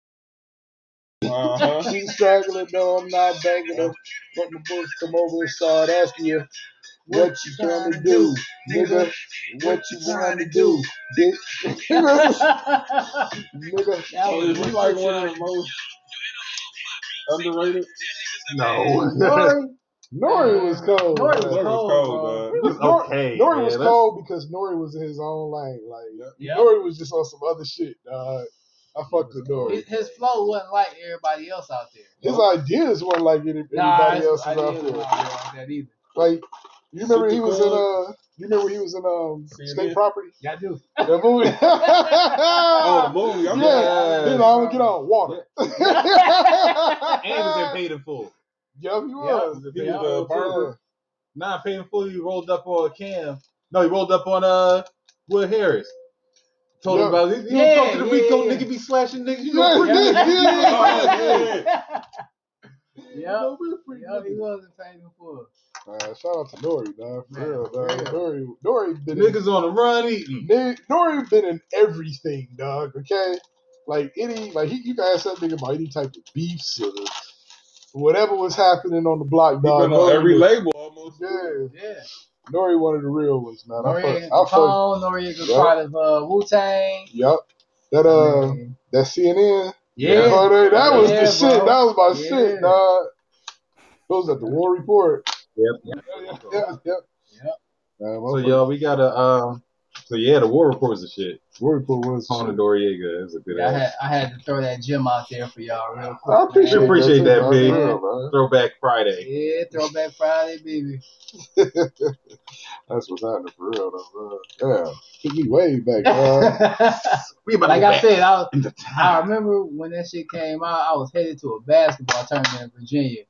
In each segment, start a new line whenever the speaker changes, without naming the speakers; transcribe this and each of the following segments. Uh-huh. Keep struggling, no, I'm not begging them. But the boys come over and start asking you, what you trying to do, nigga? What you trying to do, bitch? nigga,
that
nigga,
was
you
you
like
one of the most underrated.
No.
Nori, Nori was cold.
Nori was
Nori was
man.
cold,
cold,
dog.
man.
It was Nor-
okay.
Nori
man.
was
That's-
cold because Nori was in his own lane. Like
Yeah.
Nori was just on some other shit. dog. I fucked with
His,
Nori.
his flow wasn't like everybody else out there.
His ideas weren't like any,
nah,
anybody else's
I
out
didn't
there.
like that either.
Like you remember he was in
Supergirl.
uh you remember he was in um
See you
state
there.
property
Yeah, I do.
that movie.
Oh, the movie.
yeah,
I'm
then I would get on water.
And he was in paid in full.
Yup, he
Yeah,
was.
he
Yeah.
was a
Yeah.
barber. Nah, paid in full. He rolled up on Cam. No, he rolled up on uh Will Harris. Told
Yeah.
him about it. You
Yeah,
don't talk to the
yeah,
Rico
yeah.
nigga be slashing niggas. You
Yeah,
know,
yeah,
yeah,
yeah, yeah.
Yeah, yeah, he was in paid in full.
Uh, shout out to Nori, dog. For
Man,
real,
for
dog. Nori, Nori been in,
Niggas on the run eating.
Nori, Nori been in everything, dog. Okay, like any, like he, you guys said nigga about any type of beefs or whatever was happening on the block,
He
dog.
been on
Nori
every
was-
label almost.
yeah,
Yeah.
Nori one of the real ones, man. I
Noriega
fuck, I fuck.
Capone, Noriega
Yeah.
part of uh, Wu Tang.
Yup. That uh, that CNN,
yeah.
photo, that was
Yeah,
the shit.
bro.
That was my
Yeah.
shit, dog. Those at the War Report.
Yep.
Yeah, yeah, yeah.
Yep.
Man,
So
motherfucker,
y'all, we got a um. So yeah, the war reports and shit.
War Report was. the
Conan
shit.
Noriega is a good
Yeah, I
ass.
had I had to throw that gem out there for y'all real quick.
I appreciate,
man.
Appreciate
too,
that,
dog.
Big.
For real, man.
Throwback Friday.
Yeah, Throwback Friday, baby.
That's what's happening for real, though. Man. Yeah, took me way back. Man.
We about to
like
go
I
back
said, I was,
in the
I
time.
remember when that shit came out. I was headed to a basketball tournament in Virginia,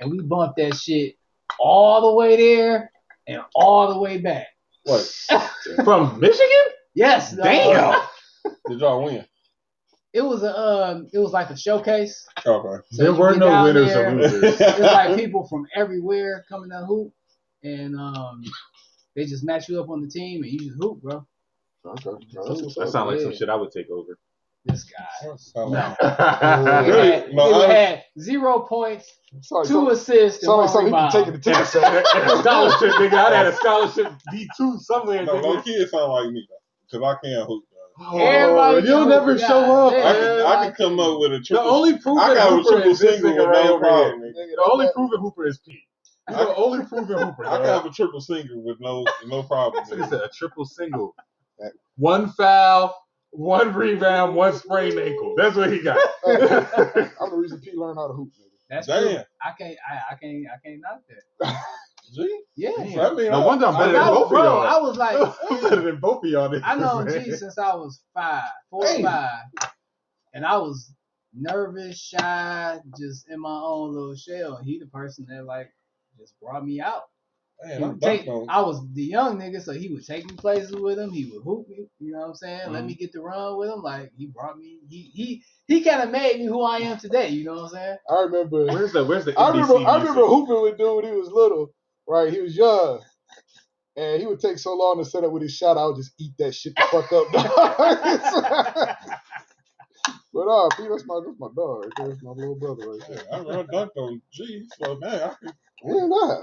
and we bumped that shit all the way there and all the way back.
What? From Michigan?
Yes, dog.
Damn. Did y'all win?
It was a um, it was like a showcase.
Okay.
So
there
you
were
get
no
down
winners
there,
or losers.
It was like people from everywhere coming to hoop, and um, they just match you up on the team, and you just hoop, bro.
Okay, that's what's
That
up.
sounds like some shit I would take over.
This guy. No. He
Really?
had,
Really? No,
he
I-
had zero points,
Sorry,
two
sorry,
assists, and
sorry,
one
sorry, we
rebound.
been taking
At
the
a
ticket.
sc- at a scholarship, nigga. I'd had a scholarship D two somewhere.
No, low
Nigga.
key, it sound like me because I can't hoop. Dog.
Everybody
Oh, you'll never
God
show up.
damn.
I can, I
Everybody-
can come up with a
The
triple.
only proof
I
that
got a
Hooper
triple
is this
single
nigga
with
right over
no
here.
problem. nigga.
The only proven Hooper is Pete. He's the only proven Hooper.
I can
dog.
have a triple single with no no problem.
This nigga
nigga.
said a triple single. One foul, one rebound, one sprained ankle. That's what he got.
Hey, I'm the reason Pete learned how to hoop. Nigga.
That's true.
Damn,
I can't. I, I can't. I can't knock that.
G.
Yeah.
I mean,
No
I-
wonder I'm better than
I was,
both of
bro, I
y'all.
was like,
I'm better than both of y'all. niggas,
I know
man.
G since I was five, four
Damn.
or five, and I was nervous, shy, just in my own little shell. He the person that like just brought me out.
Man,
He
I'm
would take,
back on.
I was the young nigga, so he would take me places with him. He would hoop me, you know what I'm saying? Let
Mm-hmm.
me get the run with him. Like he brought me, he he he kind of made me who I am today. You know what I'm saying?
I remember.
Where's the Where's the
I remember.
NBC
I remember
music?
hooping with dude when he was little. Right, he was young, and he would take so long to set up with his shot. I would just eat that shit the fuck up. dog. but uh, Pete, that's my that's my dog. Right there. That's my little brother right there.
Man, I run dunked on G. So man, I can.
Yeah, nah.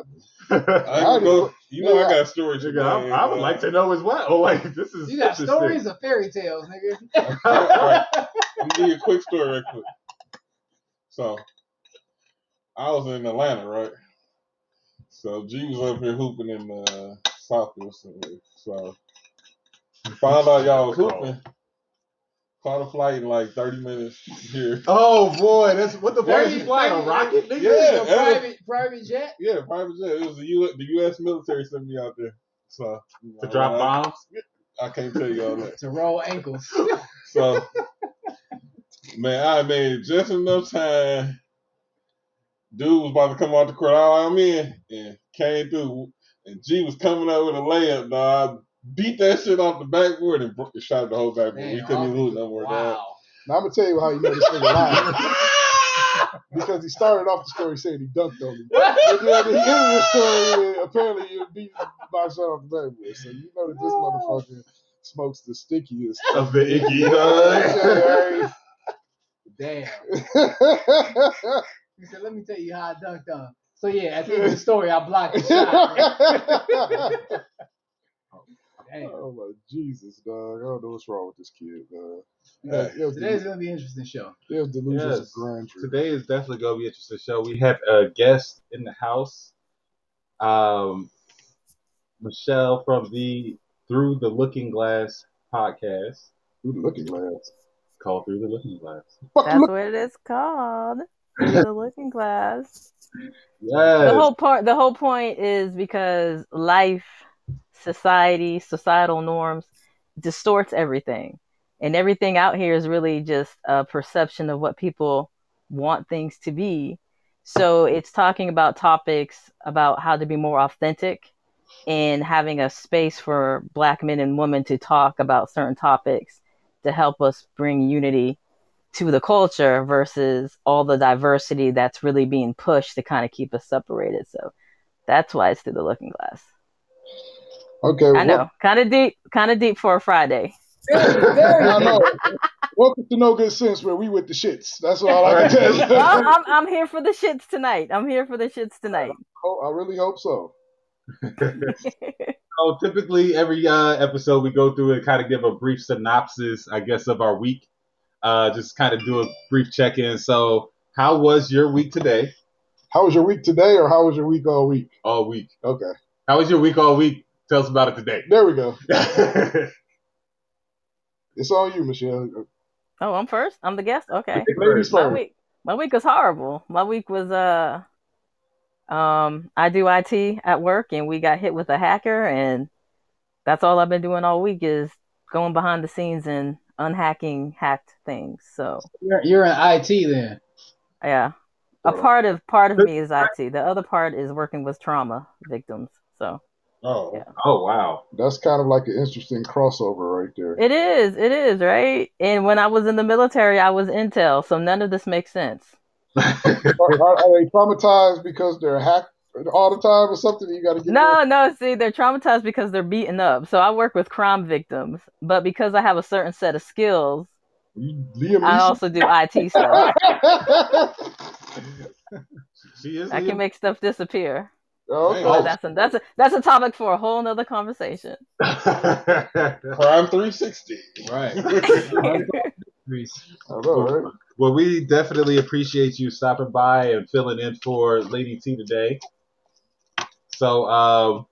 I
I
can go.
just-
You know, I
yeah.
got storage.
Nigga, I, I would like to know as well. Like this is
You got
interesting.
stories of fairy tales, nigga.
right. I'm gonna give you a quick story right quick. So I was in Atlanta, right? So G was up here hooping in uh Southfield somewhere. So we found out y'all was hooping. Caught a flight in like 30 minutes here.
Oh boy, that's what the fuck
There
is
you-
he flying
there
a
you-
rocket, nigga?
Yeah,
Your
that was-
private private jet.
Yeah, private jet. It was the U. The U.S. military sent me out there. So
To drop
Uh-huh.
bombs.
I, I can't tell y'all that.
to roll ankles.
So man, I made just enough time dude was about to come out the court. all I'm in and came through. And G was coming up with a layup, dog. Beat that shit off the backboard and broke the shot the whole backboard. we
Damn,
couldn't even lose no more, dog.
Wow.
Now I'm gonna tell you how you know this nigga lying. because he started off the story saying he dunked on me. But then at the end of the story, uh, apparently he was beat by a shot off the backboard. So you know that this motherfucker smokes the stickiest.
Of the Iggy.
Yeah,
Huh?
right?
down. He said, "Let me tell you how I dunked on." him." So yeah, at the end of the story, I blocked the shot. man.
oh
Damn.
my Jesus, dog! I don't know what's wrong with this kid, dog.
Hey.
It was,
Today's gonna be an interesting show.
it was delusions
Yes.
of grandeur.
Today is definitely gonna be an interesting show. We have a guest in the house, um, Michelle from the Through the Looking Glass podcast
Through the looking glass.
called Through the Looking Glass.
Fuck you,
That's what it is called. Through the looking glass. The
Yes,
whole part the whole point is because life, society, societal norms distorts everything. And everything out here is really just a perception of what people want things to be. So it's talking about topics about how to be more authentic and having a space for black men and women to talk about certain topics to help us bring unity to the culture versus all the diversity that's really being pushed to kind of keep us separated. So that's why it's through the looking glass.
Okay,
I know, kind of deep, kind of deep for a Friday.
There, there
I
it is.
know. Welcome to No Good Sense, where we with the shits. That's all I can tell
Well,
you.
I'm I'm here for the shits tonight. I'm here for the shits tonight.
oh, I really hope so.
So typically, every uh, episode we go through and kind of give a brief synopsis, I guess, of our week. Uh, just kind of do a brief check-in. So, how was your week today?
How was your week today, or how was your week all week?
All week.
Okay,
How was your week all week? Tell us about it today.
there we go.
First.
It's all you, Michelle.
oh, I'm first. I'm the guest. Okay.
Ladies
My
first.
week, my week was horrible. My week was uh, um, I do IT at work, and we got hit with a hacker, and that's all I've been doing all week is going behind the scenes and unhacking hacked things. So
You're, you're in IT then.
yeah, a part of part of me is IT. The other part is working with trauma victims. So
Oh,
Yeah.
Oh wow.
That's kind of like an interesting crossover right there.
it is, it is right. And when I was in the military, I was intel, so none of this makes sense.
Are, are- are they traumatized because they're hacked all the time or something? You got to get
No, no. See, they're traumatized because they're beaten up. So I work with crime victims, but because I have a certain set of skills,
You, Liam
I
Neeson?
also do IT stuff.
She is.
I can make stuff disappear.
okay.
But that's a, that's a, that's a topic for a whole nother conversation.
Prime 360.
Right. Greece.
I know, right?
well, we definitely appreciate you stopping by and filling in for Lady T today. So um,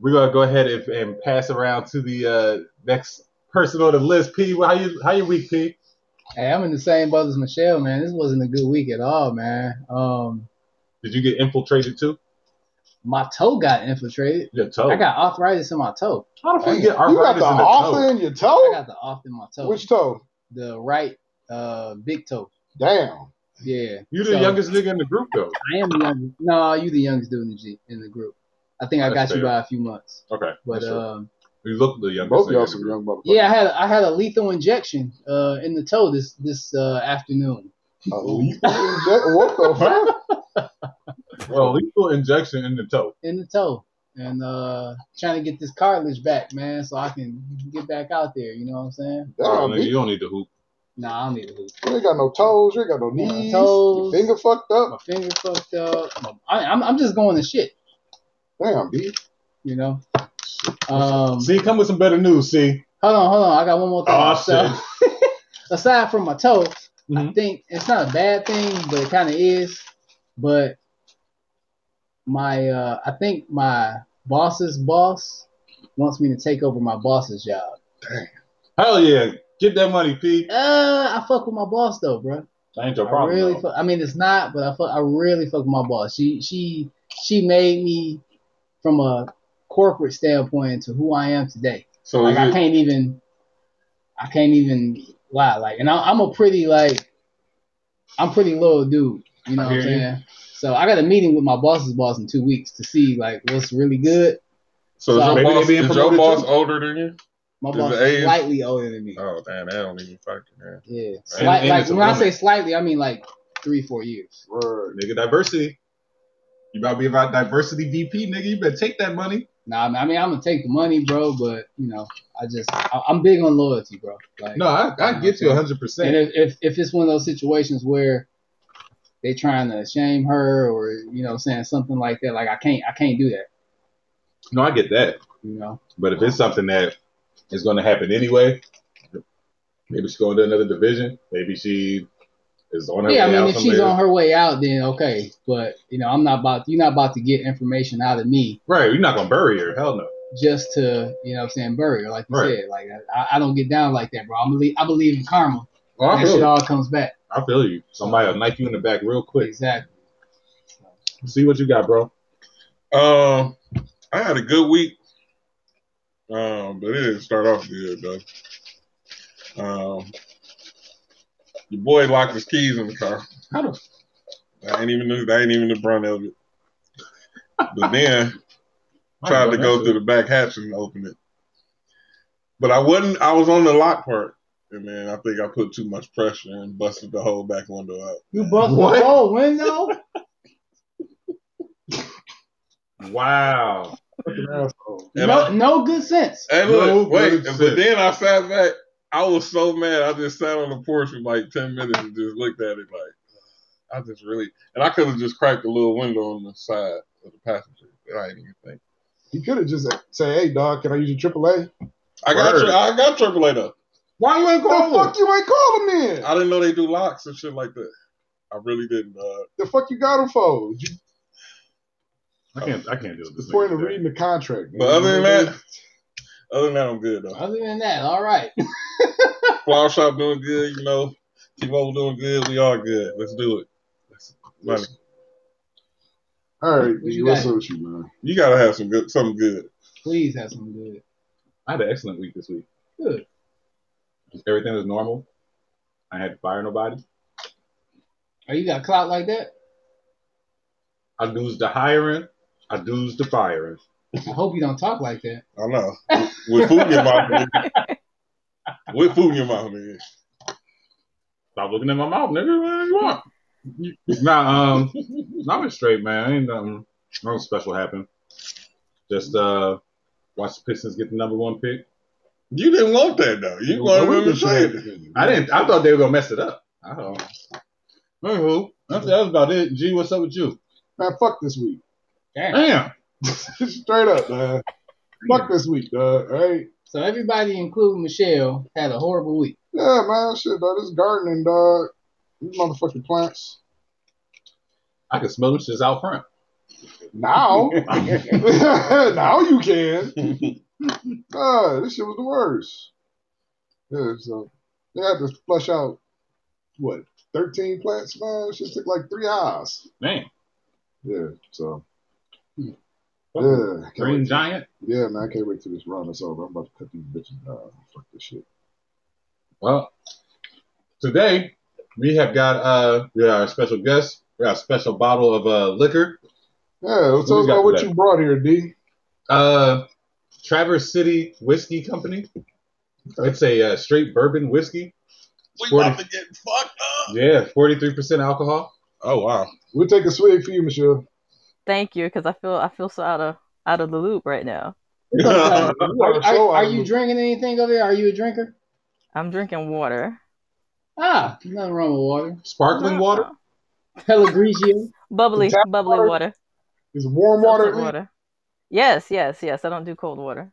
we're gonna go ahead and, and pass around to the uh, next person on the list. P, how you how your week, P?
Hey, I'm in the same boat as Michelle, man. This wasn't a good week at all, man. Um,
Did you get infiltrated too?
my toe got infiltrated.
Your toe.
I got arthritis in my toe.
how the fuck
Dang,
you
you
get arthritis
got the
in the toe?
author in your
I
toe?
got the off in my toe.
Oh. Which toe?
the right uh big toe.
Damn.
Yeah.
You the
So,
youngest nigga in the group though.
I am the youngest. No, you the youngest dude in the, G, in the group. I think I
That's
got you
fair.
by a few months.
Okay,
But
that's fair.
um,
you look the youngest.
Both
nigga in
y'all
the
some
group.
young motherfuckers.
yeah, I had I had a lethal injection uh in the toe this this uh afternoon.
A lethal inject- What the fuck?
Well, lethal injection in the toe.
in the toe and uh trying to get this cartilage back, man, so I can get back out there. You know what I'm saying?
Oh,
Damn,
nigga,
you
you don't need the hoop.
Nah, I don't need a hoop.
ain't got no toes. You ain't got no
No
knees.
toes.
Your finger fucked
My
up.
finger fucked up. I, I'm I'm just going to shit.
Damn, B.
You know. Um,
See, come with some better news. See,
hold on, hold on. I got one more thing.
Oh,
aside from my toe, I
Mhm.
think it's not a bad thing, but it kind of is. But my, uh, I think my boss's boss wants me to take over my boss's job.
hell yeah, get that money, P.
Uh, I fuck with my boss though, bro.
That ain't your
I
problem.
really,
though.
fuck, I mean, it's not, but I fuck, I really fuck with my boss. She, she, she made me from a corporate standpoint into who I am today.
So
Like I
Mm-hmm.
is it,
can't even, I can't even lie. Like, and I, I'm a pretty like, I'm pretty little dude. You know
I
what I'm
hear you.
saying? So I got a meeting with my boss's boss in two weeks to see like what's really good.
so is
So
your
maybe
boss,
they being
is your
promoted
boss
too?
older than you?
My
Is
boss
the
is
age-
slightly older than me.
Oh, damn, they don't even fucking, man.
Yeah,
And-
Slight,
and
like
it's a
when I
woman.
say slightly, I mean like three, four years.
Word.
Nigga, diversity. You about to be about diversity VP, nigga. You better take that money.
Nah, I mean I'm gonna take the money, bro. But you know, I just I, I'm big on loyalty, bro. Like,
No, I, I get you 100.
and
percent
if, if if it's one of those situations where they trying to shame her or you know saying something like that, like I can't I can't do that.
No, I get that.
You know,
But if
Oh.
it's something that is going to happen anyway, maybe she's going to another division. Maybe she is on her
yeah. I
way
mean,
out
if
somewhere.
she's on her way out, then okay. But you know, I'm not about you're not about to get information out of me
Right, you're not going to bury her. Hell no.
just to you know what I'm saying bury her, like you
Right.
said. Like I, I don't get down like that, bro. I believe I believe in karma.
Well, Oh, I
That
feel
shit
you.
all comes back.
I feel you. Somebody will knife you in the back real quick.
Exactly.
See what you got, bro.
Um, I had a good week. Um, but it didn't start off good though. Um, your boy locked his keys in the car.
How the
I ain't even knew. I ain't even the brunt of it. But then tried to go through the back hatch and open it. But I wasn't. I was on the lock part, and then I think I put too much pressure and busted the whole back window out.
You bust
What?
the whole window.
Wow.
Fucking asshole.
And
no,
I-
no good sense.
Hey,
No
look, wait.
good
But
sense.
then I sat back. I was so mad. I just sat on the porch for like ten minutes and just looked at it like, I just really. And I could have just cracked a little window on the side of the passenger. but I didn't even think.
He could have just said, "Hey, dog, can I use your AAA?"
I got.
Word.
Tri- I got AAA though.
Why you ain't
The
calling?
fuck you ain't called him then?
I didn't know they do locks and shit like that. I really didn't. Uh,
The fuck you got him for? You,
I can't. I can't do it.
the point of reading the contract.
Mm-hmm.
man.
but other than that, other than that, I'm good though.
Other than that, all right.
Flower Shop doing good, you know. T-Mobile doing good. We all good. Let's do it. Let's- Money.
all right,
What
D,
you
what's
got?
up with you, man?
You gotta have some good, something good.
Please have some good.
I had an excellent week this week.
Good.
Everything was normal. I had to fire nobody.
Oh, you got clout like that?
I do's the hiring. I do's the firing.
I hope you don't talk like that.
I know. With food in your mouth, nigga. with food in your mouth, nigga.
Stop looking at my mouth, nigga. What you want? nah, um, nah, I was straight, man. Ain't nothing, nothing special happened. Just uh, watch the Pistons get the number one pick.
You didn't want that though. You wanted them to trade it.
I didn't. I thought they were gonna mess it up. I don't. Anywho, that's, that was about it. G, what's up with you?
Man, fuck this week.
Damn.
Damn.
Straight up, man. Fuck this week, dog. All right.
So everybody, including Michelle, had a horrible week.
Yeah, man. Shit, dog. This gardening, dog. These motherfucking plants.
I can smell them shits out front.
Now, now you can. Nah, this shit was the worst. Yeah, so they had to flush out what thirteen plants, man. It just took like three hours.
Man,
Yeah, so
Hmm.
yeah, can't
Green
wait.
Giant.
yeah, man. I can't wait till this run is over. I'm about to cut these bitches down. Fuck this shit.
Well, today we have got uh we got our special guest. We got a special bottle of uh liquor.
Yeah,
What
so
we
it's
got
about what
today?
you brought here, D.
Uh Traverse City Whiskey Company. It's a uh, straight bourbon whiskey.
We
Forty-
about to get fucked up.
Yeah, forty three percent alcohol.
Oh wow.
We'll take a swig for you, Michelle.
Thank you, because I feel I feel so out of out of the loop right now.
You are
Are, are,
so
are
out
you
of-
drinking anything over there? Are you a drinker?
I'm drinking water.
Ah, nothing wrong with water.
Sparkling
No.
water.
Pellegrino.
Uh-huh. Bubbly,
Tap
bubbly
water?
water.
Is it warm water?
Seltzer
D?
water. Yes, yes, yes. I don't do cold water.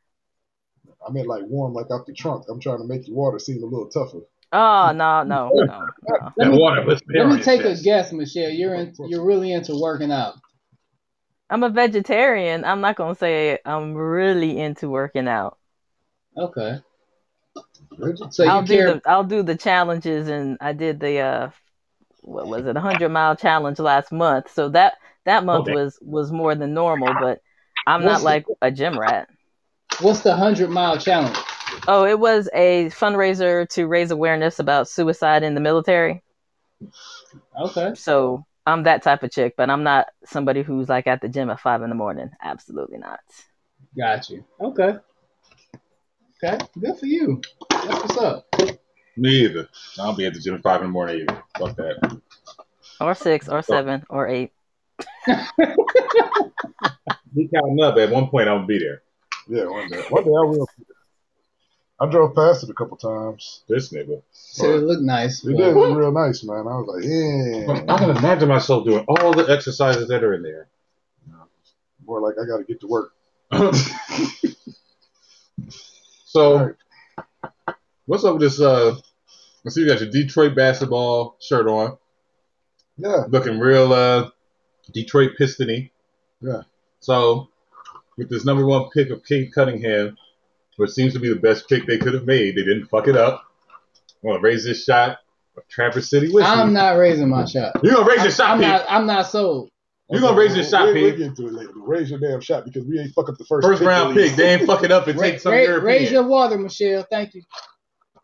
I meant like warm, like out the trunk. I'm trying to make your water seem a little tougher.
Oh no, no, no, no.
Let me,
water was
let me take a guess, Michelle. You're in, you're really into working out.
I'm a vegetarian. I'm not gonna say I'm really into working out.
Okay.
Bridget?
So you
I'll do
care.
the I'll do the challenges, and I did the uh, what was it, a hundred mile challenge last month. So that that month
Okay.
was was more than normal, but I'm
What's
not
the-
like a gym rat.
what's the hundred mile challenge?
Oh, it was a fundraiser to raise awareness about suicide in the military.
Okay.
So I'm that type of chick, but I'm not somebody who's like at the gym at five in the morning. Absolutely not.
Got you. Okay. Okay. Good for you. That's what's up.
Me either. I'll be at the gym at five in the morning either. Fuck that.
Or six, or seven, or eight.
We counting up. At one point, I'm gonna be there.
Yeah, one day. One day I will. I drove past it a couple times.
This nigga.
Said it looked nice.
It
but-
did look real nice, man. I was like, yeah.
I can imagine myself doing all the exercises that are in there.
More like I got to get to work.
So,
All right.
what's up with this? Uh, I see you got your Detroit basketball shirt on,
Yeah.
looking real uh, Detroit Pistony.
Yeah.
So, with this number one pick of Kate Cunningham, which seems to be the best pick they could have made, they didn't fuck it up. I'm gonna raise this shot of Traverse City with you.
I'm not raising my shot.
You're gonna raise your shot,
I'm
Pete.
not. I'm not sold.
You're gonna raise your shot,
we,
Pete.
We'll get to it later. But raise your damn shot because we ain't fuck up the first
First
pick
round
at least.
pick. They ain't fucking up and
Ra-
take some
ra-
European.
raise your water, Michelle. Thank you.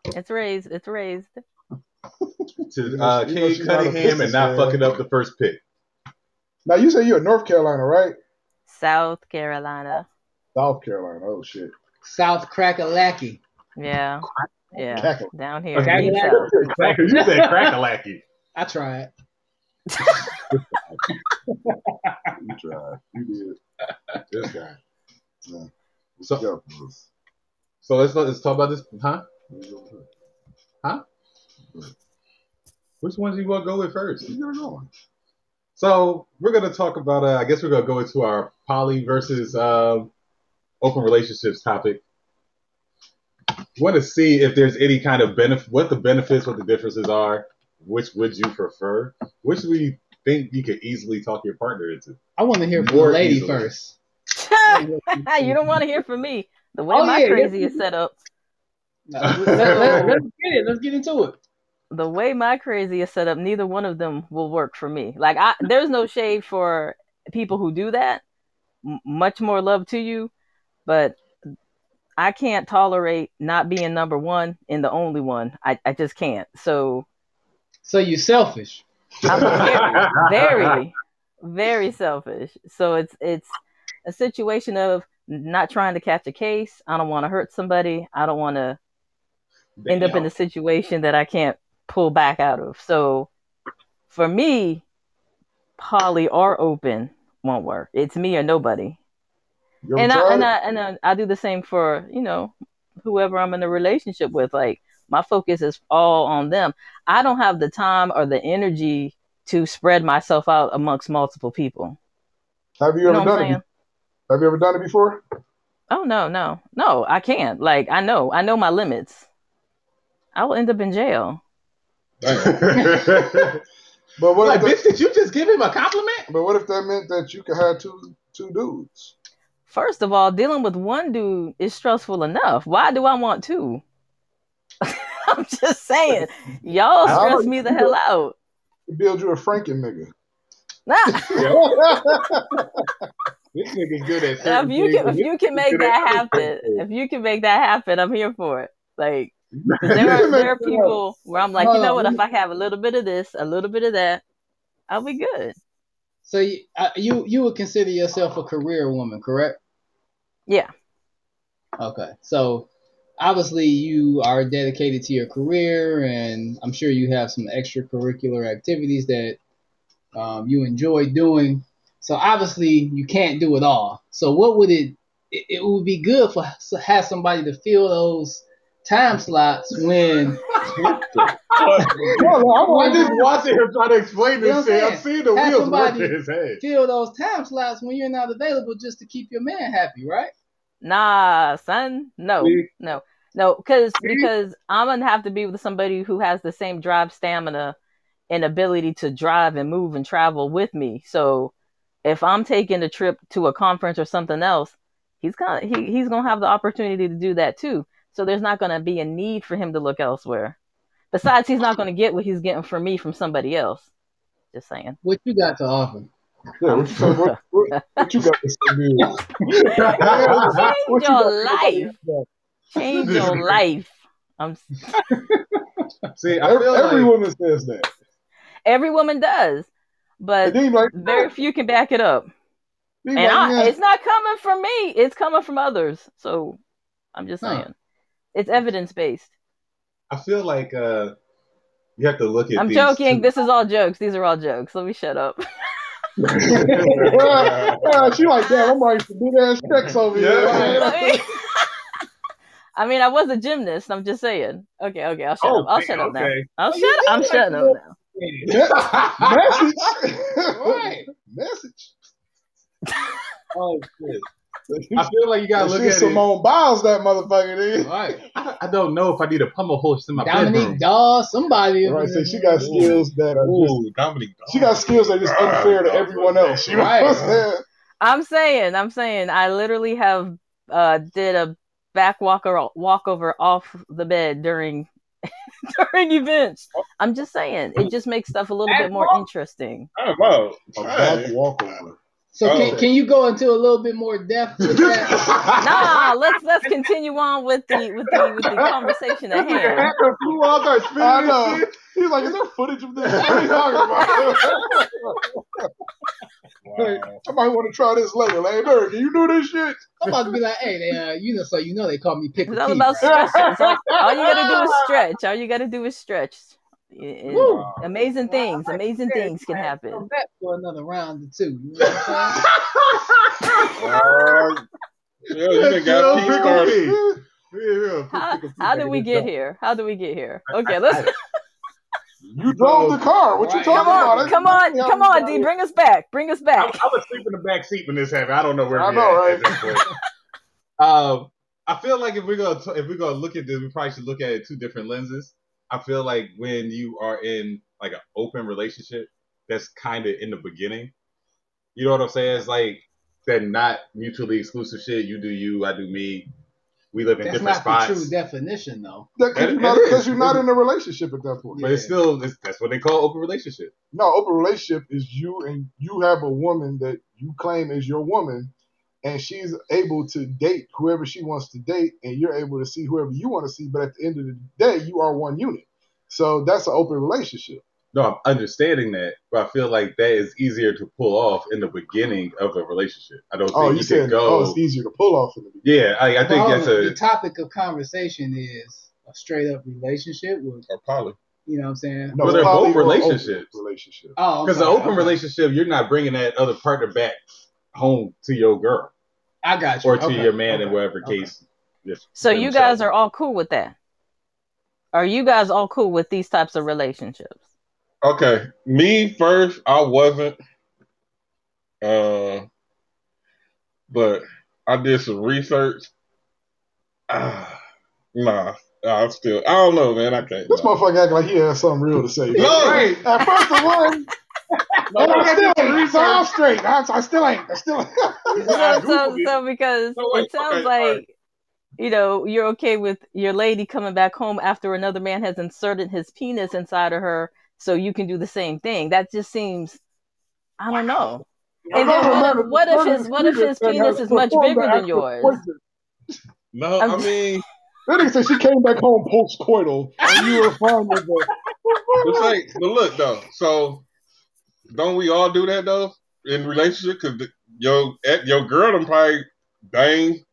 It's raised. It's raised.
You
to
know,
uh,
you know
Cade
she's not a
Cunningham and not
businessman.
fucking up the first pick.
Now you say you're in North Carolina, right?
South Carolina.
South Carolina. Oh shit.
South Crackalacky.
Yeah. Yeah.
Cackle.
Down here.
Okay.
Deep South.
Exactly. You said crackalacky.
I tried.
You tried. You did. This guy. Yeah.
So-
Let's go, Bruce.
So let's let's talk about this, huh?
Let's go with it.
Which ones you want to go with first?
You got it going.
So we're gonna talk about. Uh, I guess we're gonna go into our poly versus um, open relationships topic. Want to see if there's any kind of benefit, what the benefits, what the differences are. Which would you prefer? Which do you think you could easily talk your partner into?
I want to hear from
More
the lady
easily.
first.
you don't want to hear from me. The way
Oh,
my
yeah,
crazy
yeah.
is set up.
No, let, let, let's get it. Let's get into it.
The way my crazy is set up, neither one of them will work for me. Like I, there's no shade for people who do that. M- much more love to you, but I can't tolerate not being number one and the only one. I, I just can't. So
So you selfish.
I'm very, very, very selfish. So it's it's a situation of not trying to catch a case. I don't want to hurt somebody. I don't want to end up in a situation that I can't pull back out of. So for me, poly or open won't work. It's me or nobody.
You ever
And I,
tried
and
it?
I and I, I do the same for you know whoever I'm in a relationship with. Like my focus is all on them. I don't have the time or the energy to spread myself out amongst multiple people.
Have you
You
ever
know what I'm
done it?
saying?
be- Have you ever done it before?
Oh no, no, no! I can't. Like I know, I know my limits. I will end up in jail.
Damn.
But what?
like,
if that,
bitch, did you just give him a compliment?
but what if that meant that you could have two two dudes?
First of all, dealing with one dude is stressful enough. Why do I want two? I'm just saying, y'all
I
stress
don't-
me the hell out.
To build you a Franken nigga.
Nah.
This nigga's good at
if
certain
you
things,
can if
and
you can make
good at
that
other
happen,
things.
if you can make that happen, I'm here for it. Like 'cause there are there are people where I'm like, you
Hold
know
on,
what?
let
If
me-
I have a little bit of this, a little bit of that, I'll be good.
So you, uh, you you would consider yourself a career woman, correct?
Yeah.
Okay. So obviously you are dedicated to your career, and I'm sure you have some extracurricular activities that um, you enjoy doing. So obviously you can't do it all. So what would it? It, it would be good for to have somebody to fill those time slots when
No, no, I'm
I'm
like
just watching him try to explain
You know
this
what
shit.
I'm
I'm seeing the
Have
wheels
somebody-
working his head.
fill those time slots when you're not available just to keep your man happy, right?
Nah, son. No,
See?
no, no. Because because I'm gonna have to be with somebody who has the same drive, stamina, and ability to drive and move and travel with me. So if I'm taking a trip to a conference or something else, he's gonna he, he's gonna have the opportunity to do that too. So there's not gonna be a need for him to look elsewhere. Besides, he's not gonna get what he's getting from me from somebody else. Just saying.
What you got to offer?
Yeah, what you, say- what, what, what you got to say, dude?
Change
What you
your
got to say?
life. Change your life. I'm
See, I
Every,
feel
every
like
woman says that.
Every woman does,
And
but
then you like,
very few can back it up.
then
And
you like,
I,
man,
it's not coming from me; it's coming from others. So I'm just
Huh.
saying, it's evidence based.
I feel like uh, you have to look at
I'm
these.
joking.
two-
This is all jokes. These are all jokes. Let me shut up.
Bruh, bruh, she like, damn, I'm writing some good ass checks over here.
Yeah.
Like,
I mean, I mean, I was a gymnast. I'm just saying. Okay, okay, I'll
Oh,
shut up. I'll shut up now. I'll shut. I'm shutting up now.
message.
Right.
Message.
Oh, shit. I feel like you gotta
That
look
shit
at it.
Simone Biles, that motherfucker, nigga.
Right. I, I don't know if I need a pummel horse in my
Dominique
bedroom.
Daw, somebody.
Right, so she got skills that are just,
Ooh, Dominique.
she got skills that are just unfair to everyone else. You know what I'm
Right.
saying?
I'm saying. I'm saying. I literally have uh did a back walker walkover off the bed during during events. I'm just saying. It just makes stuff a little bit more interesting.
I'm out.
A
Hey.
back walkover.
So can,
Oh.
can you go into a little bit more depth with that?
Nah, let's let's continue on with the with the with the conversation at hand.
Hacker flew off our spinning
I know.
shit.
He's like, is there footage of this? What are you talking about?
Wow.
I might want to try this later. Like, Eric, you do this shit?
I'm about to be like, hey, they, uh, you know, so you know they call me Pickle
It's all
Pete,
about
right?
stretching. It's like, all you gotta do is stretch. All you gotta do is stretch. And
Woo.
Amazing
Well, I
things,
like
amazing
this.
things can
Like,
happen.
Come back for another round or two. You know what I'm saying?
Wow. Yeah, you done
Yo,
got Pete
Pickle
started.
Pete.
How, how did we get here? How did we get here? Okay, let's
You drove the car. What you
Right.
talking
come
about?
on,
That's
come on,
exactly how
come
we
on,
got
D,
here.
bring us back, bring us
I,
back.
I was sleeping in the back seat when this happened. I don't know where
I
we
know,
at,
right?
at this point. Um, I feel like if we're gonna t- if we're gonna look at this, we probably should look at it two different lenses. I feel like when you are in like an open relationship, that's kind of in the beginning. You know what I'm saying? It's like that not mutually exclusive shit. You do you, I do me. We live in
That's
different
not
spots.
the true definition, though.
That- 'cause
It-
you're not-
it is.
Because you're not in a relationship at that point.
But it's still it's, that's what they call open relationship.
No, open relationship is you and you have a woman that you claim is your woman, and she's able to date whoever she wants to date, and you're able to see whoever you want to see. But at the end of the day, you are one unit. So that's an open relationship.
No, I'm understanding that, but I feel like that is easier to pull off in the beginning of a relationship. I don't think
Oh, you,
you can
said
go.
oh, it's easier to pull off in the beginning.
Yeah, I, I think
Well,
that's
the
a
topic of conversation is a straight up relationship with,
Or poly.
you know what I'm saying?
No,
Well, they're
poly
both
or open
relationships.
Relationship.
Oh, I'm
because an
sorry,
open
I'm-
relationship, you're not bringing that other partner back home to your girl
I got you.
or to
Okay,
your man in
okay.
whatever
okay.
case. this-
So
them
you guys
selling.
are all cool with that? Are you guys all cool with these types of relationships?
Okay, me first. I wasn't. Uh, but I did some research. Ah, nah, I'm still. I don't know, man. I can't.
This
nah.
motherfucker act like he has something real to say.
No,
Hey, at first the one,
No,
and
I
I
got
still
this
ain't. So I'm straight. I, I still ain't. I still.
research. I
so, so,
Googled it.
so because
No, wait,
it sounds
okay, all
like you know you're okay with your lady coming back home after another man has inserted his penis inside of her, so you can do the same thing. That just seems, I don't know. And then what if, what if his what if his penis is much bigger than yours?
No,
I'm-
I mean,
That nigga said she came back home post coital, and you were fine with her.
it's like, but look though. So, don't we all do that though in relationship? Because your eh, your girl done probably bang.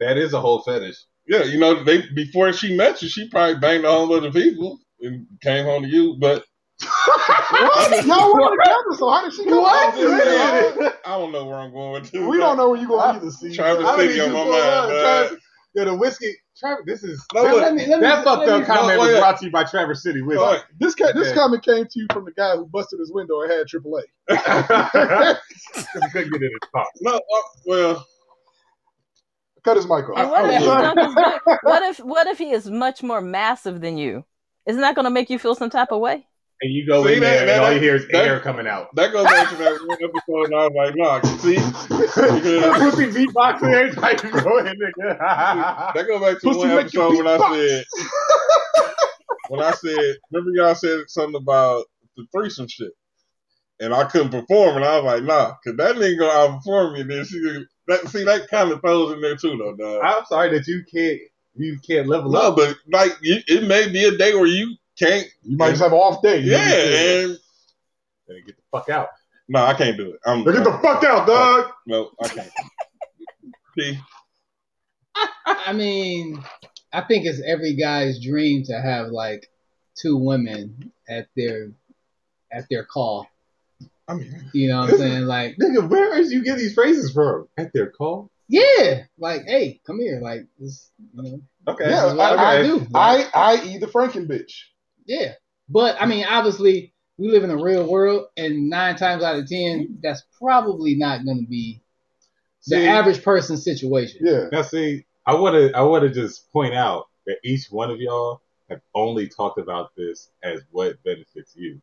That is a whole fetish.
Yeah, you know, they before she met you, she probably banged a whole other people and came home to you. But
What? Y'all were together, so how did she come
What?
back? Wait a minute.
I don't know where I'm going with this.
We don't know where you going either. See,
Travis
I
City
mean,
on
you
my
go
mind.
on,
man.
Travis. Yo, the whiskey, Travis. This is
No,
that,
look.
Let me, let me,
that fucked
let
up
me,
comment
no,
was
wait.
brought to you by Travis City Whiskey.
All right.
This ca- this
Okay.
comment came to you from the guy who busted his window and had AAA.
Couldn't get in his car.
No, uh, well,
Cut his mic off.
And what
I
if his
would.
junk is big? What if what if he is much more massive than you? Isn't that going to make you feel some type of way?
And you go
See
in
that-
there,
that-
and all you hear is
that-
air coming out.
that goes back to that one episode, and I was like, nah, see,
Pussy beatboxing, everybody go in nigga.
that goes back to
Pussy
one
make you
episode when I
beatbox.
said, when I said, remember y'all said something about the threesome shit, and I couldn't perform, and I was like, nah, cause that nigga gonna outperform me. and Then she, that see, that kind of throws in there too, though, dog.
I'm sorry that you can't you can't level
No,
up.
but like, you, it may be a day where you can't.
You might just have an off day. you know
Yeah,
what I'm saying?
and
Better Get the fuck out.
no, I can't do it. I'm
Get the fuck out, dog.
no, I can't. See,
I mean, I think it's every guy's dream to have like two women at their at their call.
I mean,
You know what I'm saying? Like,
nigga, where is you get these phrases from? At their call?
yeah, like, hey, come here, like, this, you know,
Okay.
Yeah,
this is what I,
okay.
do. Like,
I I eat the Franken bitch.
yeah, but I mean, obviously, we live in a real world, and nine times out of ten, that's probably not going to be the
See,
average person's situation.
Yeah.
Now, see, I want to I want to just point out that each one of y'all have only talked about this as what benefits you.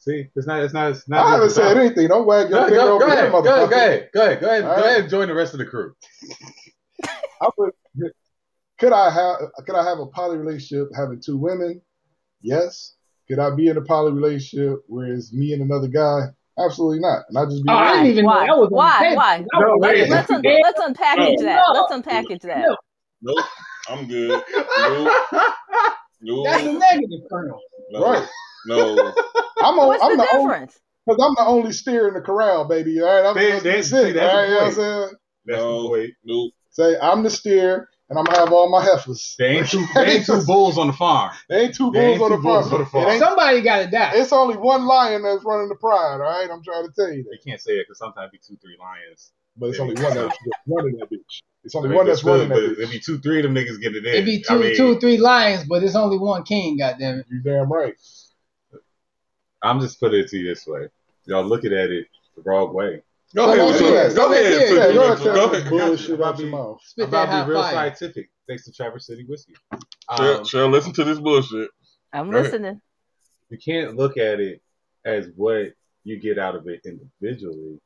See, it's not it's not it's not.
I haven't
nothing
said
about-
anything. Don't wag your
Go,
finger
go,
over
go,
there,
ahead, go, ahead, go
motherfucker.
ahead, go ahead, go ahead,
All
go
right.
ahead, and join the rest of the crew.
I would, could I have could I have a poly relationship having two women? Yes. Could I be in a poly relationship where it's me and another guy? Absolutely not. And I just be
Oh, I
Why?
didn't even
Why?
know that was on
Why?
the table.
Why?
I was
No,
Let's
wait.
like,
let's, un-
yeah,
let's unpackage
No.
that.
No.
Let's unpackage that.
no,
Nope. I'm good. Nope. Nope.
that's a negative kernel.
No.
Right.
No.
I'm on,
What's
Oh, I'm
the
the only
difference?
because I'm the only steer in the corral, baby. All right, I'm
There-
just
there-
that's,
see,
it.
that's
all right,
the
you know what I'm
point.
saying?
That's
No.
the point.
Nope.
Say I'm the steer and I'm gonna have all my heifers.
They ain't two, they ain't two bulls on the farm.
There ain't two
There
bulls
ain't
on
two
the
bulls on
farm.
the farm.
It ain't,
Somebody got to die.
it's only one lion that's running the pride. All right, I'm trying to tell you that.
They can't say it because sometimes it be two, three lions.
But it's
There
only
you
one
go.
that's running that bitch. It's
I
only
mean,
one that's
but still,
running that
but
bitch.
it'd be two, three of them niggas getting it in.
It'd be two,
I mean,
two, three lions, but it's only one king. Goddamn
You damn right.
I'm just putting it to you this way. Y'all looking at it the wrong way.
Go
No,
ahead.
no,
with
yeah,
your-
yeah,
Go ahead.
yeah,
Put
Yeah,
your-
go ahead,
Go
tell this
ahead.
bullshit out your mouth.
Spit
I'm
that
about to
hot
be real
fire.
scientific, thanks to Traverse City Whiskey.
Cheryl,
Um,
Cheryl, listen to this bullshit.
I'm
Go ahead.
listening.
you can't look at it as what you get out of it individually.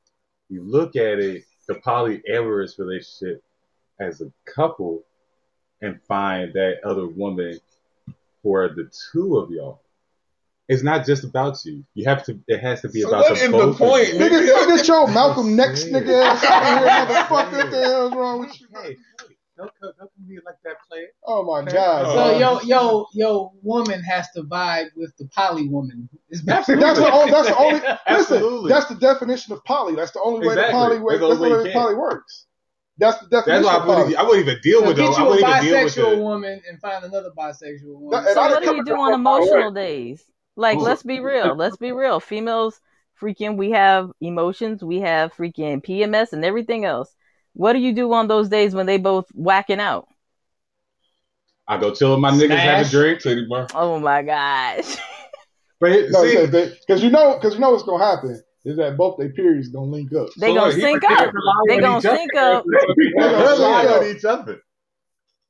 You look at it, the polyamorous relationship as a couple, and find that other woman for the two of y'all. It's not just about you. You have to. It has to be
So
about
that
the
is the
both of
point,
you.
nigga.
Nigga, ain't this your Malcolm
I'm
Next
saying.
nigga ass out here, motherfucker? What
I'm
the
saying.
hell's wrong with you?
Hey, hey, don't come, don't come here like that, player.
Oh my
Okay.
god,
Oh.
Uh,
So
dog.
yo, yo, yo, woman has to vibe with the poly woman. It's basically
That's the only. That's the only. Listen,
Absolutely.
that's the definition of poly. That's the only way the
Exactly.
poly works.
That's the
That's
only
the
way you can.
way the poly works. That's the definition
That's why I
of poly.
wouldn't. I wouldn't even deal
so
with
get
those. I
you a
wouldn't even deal with
bisexual
the.
woman and find another bisexual woman.
That- and
So
I
what
done
do
come
we do
across
on
that by the way.
emotional days? Like, let's be real. Let's be real. Females freaking we have emotions, we have freaking PMS and everything else. What do you do on those days when they both whacking out?
I go chill with my niggas, have a
Smash.
drink.
Titty bar.
Oh my gosh.
But it-
No,
see,
because you know, because you know what's gonna happen is that both their periods gonna link up.
They
So
gonna
look, he
sync
prepared
up.
to lie
They
on
gonna
each other.
sync up.
They
gonna
gonna
sync
lie
up.
on each other.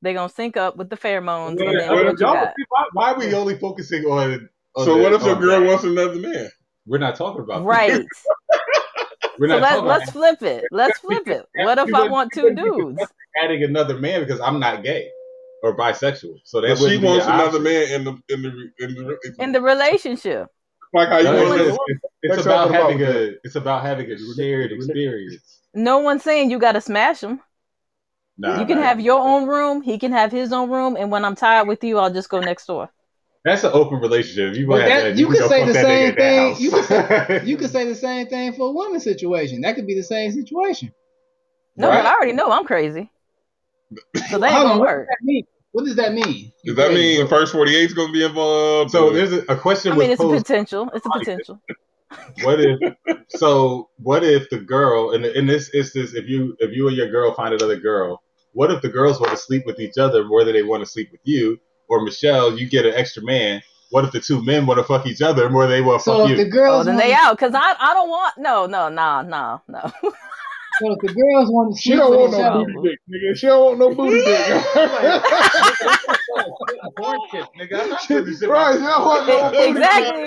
They gonna sync up with the pheromones, and
Yeah,
then what you
y'all
got?
see why, why are we only focusing on? on
So
the-
what if your
on
girl
that?
wants another man?
We're not talking about that.
Right.
We're
So
not
let
talking about
let's flip it. Let's flip it. What if
we
I
wouldn't,
want
we
two
wouldn't be
dudes?
adding another man because I'm not gay or bisexual. So that
But she
wouldn't be
wants
an
another
option.
man in the in the in the,
In the relationship.
like how you
No, it's,
want
No one's
another
it's,
woman.
it's, it's
Next
about
up on
having
the bottom.
a it's about having a shared experience.
no one's saying you gotta smash them.
Nah,
You can
nah,
have
nah.
your own room, he can have his own room, and when I'm tired with you, I'll just go next door.
That's an open relationship. If You
But
want to have
that-
that?
you
You,
could
can go
say
fuck
the
that nigga
same
at
thing-
that house.
you could
eh.
You could say the same thing for a woman's situation. That could be the same situation.
No, but
Right?
I already know I'm crazy. So that ain't
Hold on,
gonna
what does
work.
that mean? What does that mean? You
Does that
crazy.
mean first forty eight's gonna be involved?
so
or-
there's a, a question
I
was
mean it's a
posed.
potential. It's a potential.
What if? So what if the girl and in this instance, if you if you and your girl find another girl, what if the girls want to sleep with each other more than they want to sleep with you? Or Michelle, you get an extra man. What if the two men want to fuck each other more than they want to
So
fuck
if the
you?
Oh,
girls
then
want,
they out, cause I I don't want no, no, nah, nah, no.
so if the girls want to
She
sleep
don't
with
want
each
no
other,
No.
booty dick, nigga. She don't want no booty dick.
Porn shit, nigga. I'm not putting this shit
right?
like
She don't want
E-
no booty dick.
exactly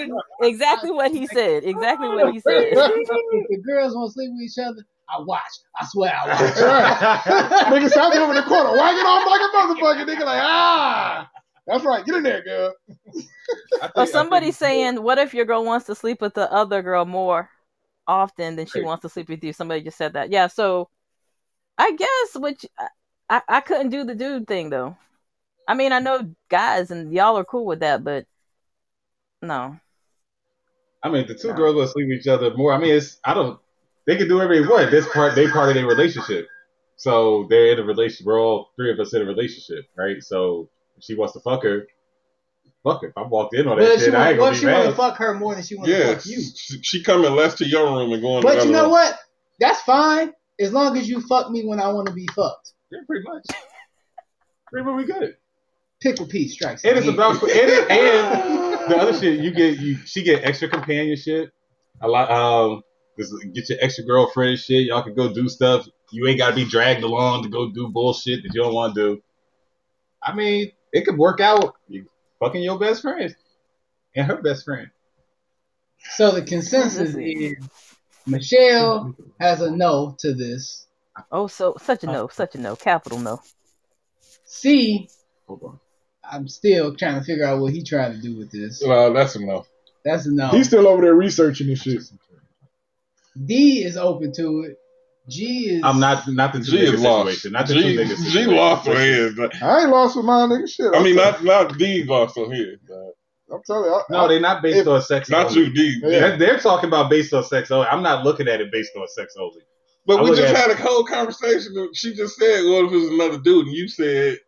exactly what he said. Exactly what he said.
if the girls want to sleep with each other, I watch. I swear I watch.
that.
nigga, stop over in the corner, wagging off like a motherfucker. Nigga, like ah, that's right. Get in there, girl.
I
Or
think- I
somebody
think-
saying, "What if your girl wants to sleep with the other girl more often than she
Right.
wants to sleep with you?" Somebody just said that. Yeah. So I guess which I, I I couldn't do the dude thing though. I mean, I know guys and y'all are cool with that, but no,
I mean, the two
no.
girls want to sleep with each other more. I mean, it's I don't. They can do whatever they want. This part, they part of their relationship. So they're in a relationship. We're all three of us in a relationship, right? So if she wants to fuck her, fuck it. If I walked in on
But
that
if she
shit, I
wanna,
ain't
what
gonna
if
be
she want to
mad.
fuck her more than she want to
Yeah,
fuck you?
she, she coming less to your room and going.
But
to
you know what? That's fine as long as you fuck me when I want to be fucked.
Yeah, pretty much. Pretty much we good.
Pickle Pete strikes.
And it's
again.
about and, it, and the other shit you get you she get extra companionship. A lot um this- get your extra girlfriend and shit. Y'all can go do stuff. You ain't gotta be dragged along to go do bullshit that you don't wanna do. I mean, it could work out you fucking your best friend. And her best friend.
So the consensus is Michelle has a no to this.
Oh, so such a no, such a no, capital no.
C,
Hold on.
I'm still trying to figure out what he tried to do with this.
No, that's enough.
That's a no.
He's still over there researching this shit.
D is open to it. G is
I'm not not the two
G
nigga
is lost.
situation. Not the two
G,
nigga
G
situation.
lost for his. but-
I ain't lost with my nigga shit.
I mean, not not D lost for his. but
I'm telling you. I,
No,
I,
they're not based
If-
on sex.
Not
only.
you, D.
Yeah.
They're, they're talking about based on sex only. I'm not looking at it based on sex only.
But
I
we
look
just
at-
had a whole conversation. and She just said, "What if it was another dude?" And you said,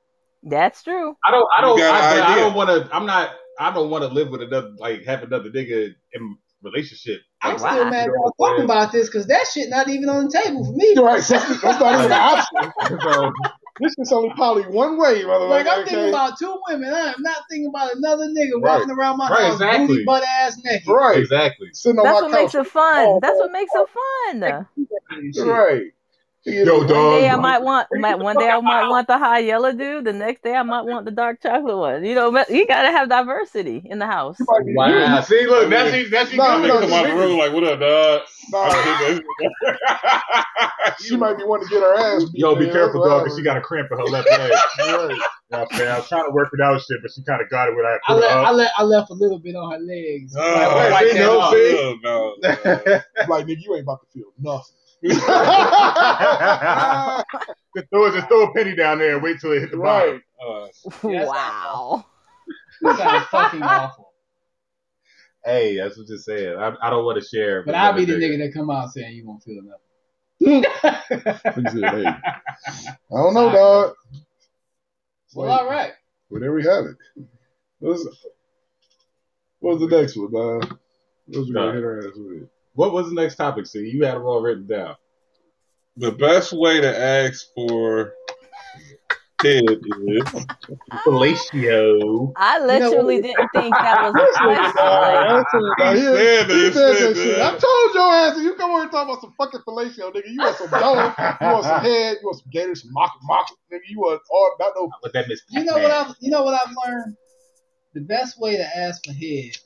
That's true.
I don't. I
You
don't.
got
I,
an
but I
idea.
don't want to. I'm not. I don't want to live with another. Like have another nigga in relationship.
I'm
Like,
Wow.
still mad y'all talking about this because that shit not even on the table for me.
you're right. That's, that's not even an option.
so,
This is only probably one way, brother.
Like I'm thinking
okay?
about two women. I am not thinking about another nigga
Right.
walking around my
Right,
house
exactly.
booty butt ass naked.
right.
exactly.
Sitting on
That's
my
what makes
couch.
it
Oh,
fun. That's what makes it fun.
And shit.
You're right. Yo,
One day I might want, might, one day I might want the high yellow dude. The next day I might want the dark chocolate one. You know, but you gotta have diversity in the house.
Wow. See, look. Now she. Now she
No,
"I'm
coming.
no,
gonna come out the
she-
room like, what up, dog?"
Nah, she might be wanting to get her ass beat.
Yo, be
man.
careful,
That's what
dog, because she got a cramp in her left leg.
happened. Right.
You know what I'm saying? I was trying to work it out and shit, but she kind of got it when I
I
put
left,
her
I,
up.
left, I left a little bit on her legs.
Oh,
Like,
I
wipe
see,
that
no,
off.
see?
Oh, no, no.
I'm like, nigga, you ain't about to feel nothing.
Just throw, it- just throw a penny down there and wait till it hit the
right.
bottom.
Uh,
wow.
That sounds fucking awful.
Hey, that's what you're saying. I, I don't want to share.
But I'll be the nigga that come out saying you won't feel enough.
I don't know, dog.
Well, all right.
Well, there we have it. What's, what's the next one, dog? What was we gonna
Nah.
hit our ass with?
What was the next topic? See, you had them all written down.
the best way to ask for head is
Fellatio.
I literally didn't think that was a question. Like,
Dog, he
He said
he
that,
said
said
that shit. I
that.
told your ass that you come over here talking about some fucking fellatio, nigga. You want some dog, you want some head, you want some gators, some mock mock, nigga. You want all not no
But that Miss
You know what I've you know what I've learned? The best way to ask for head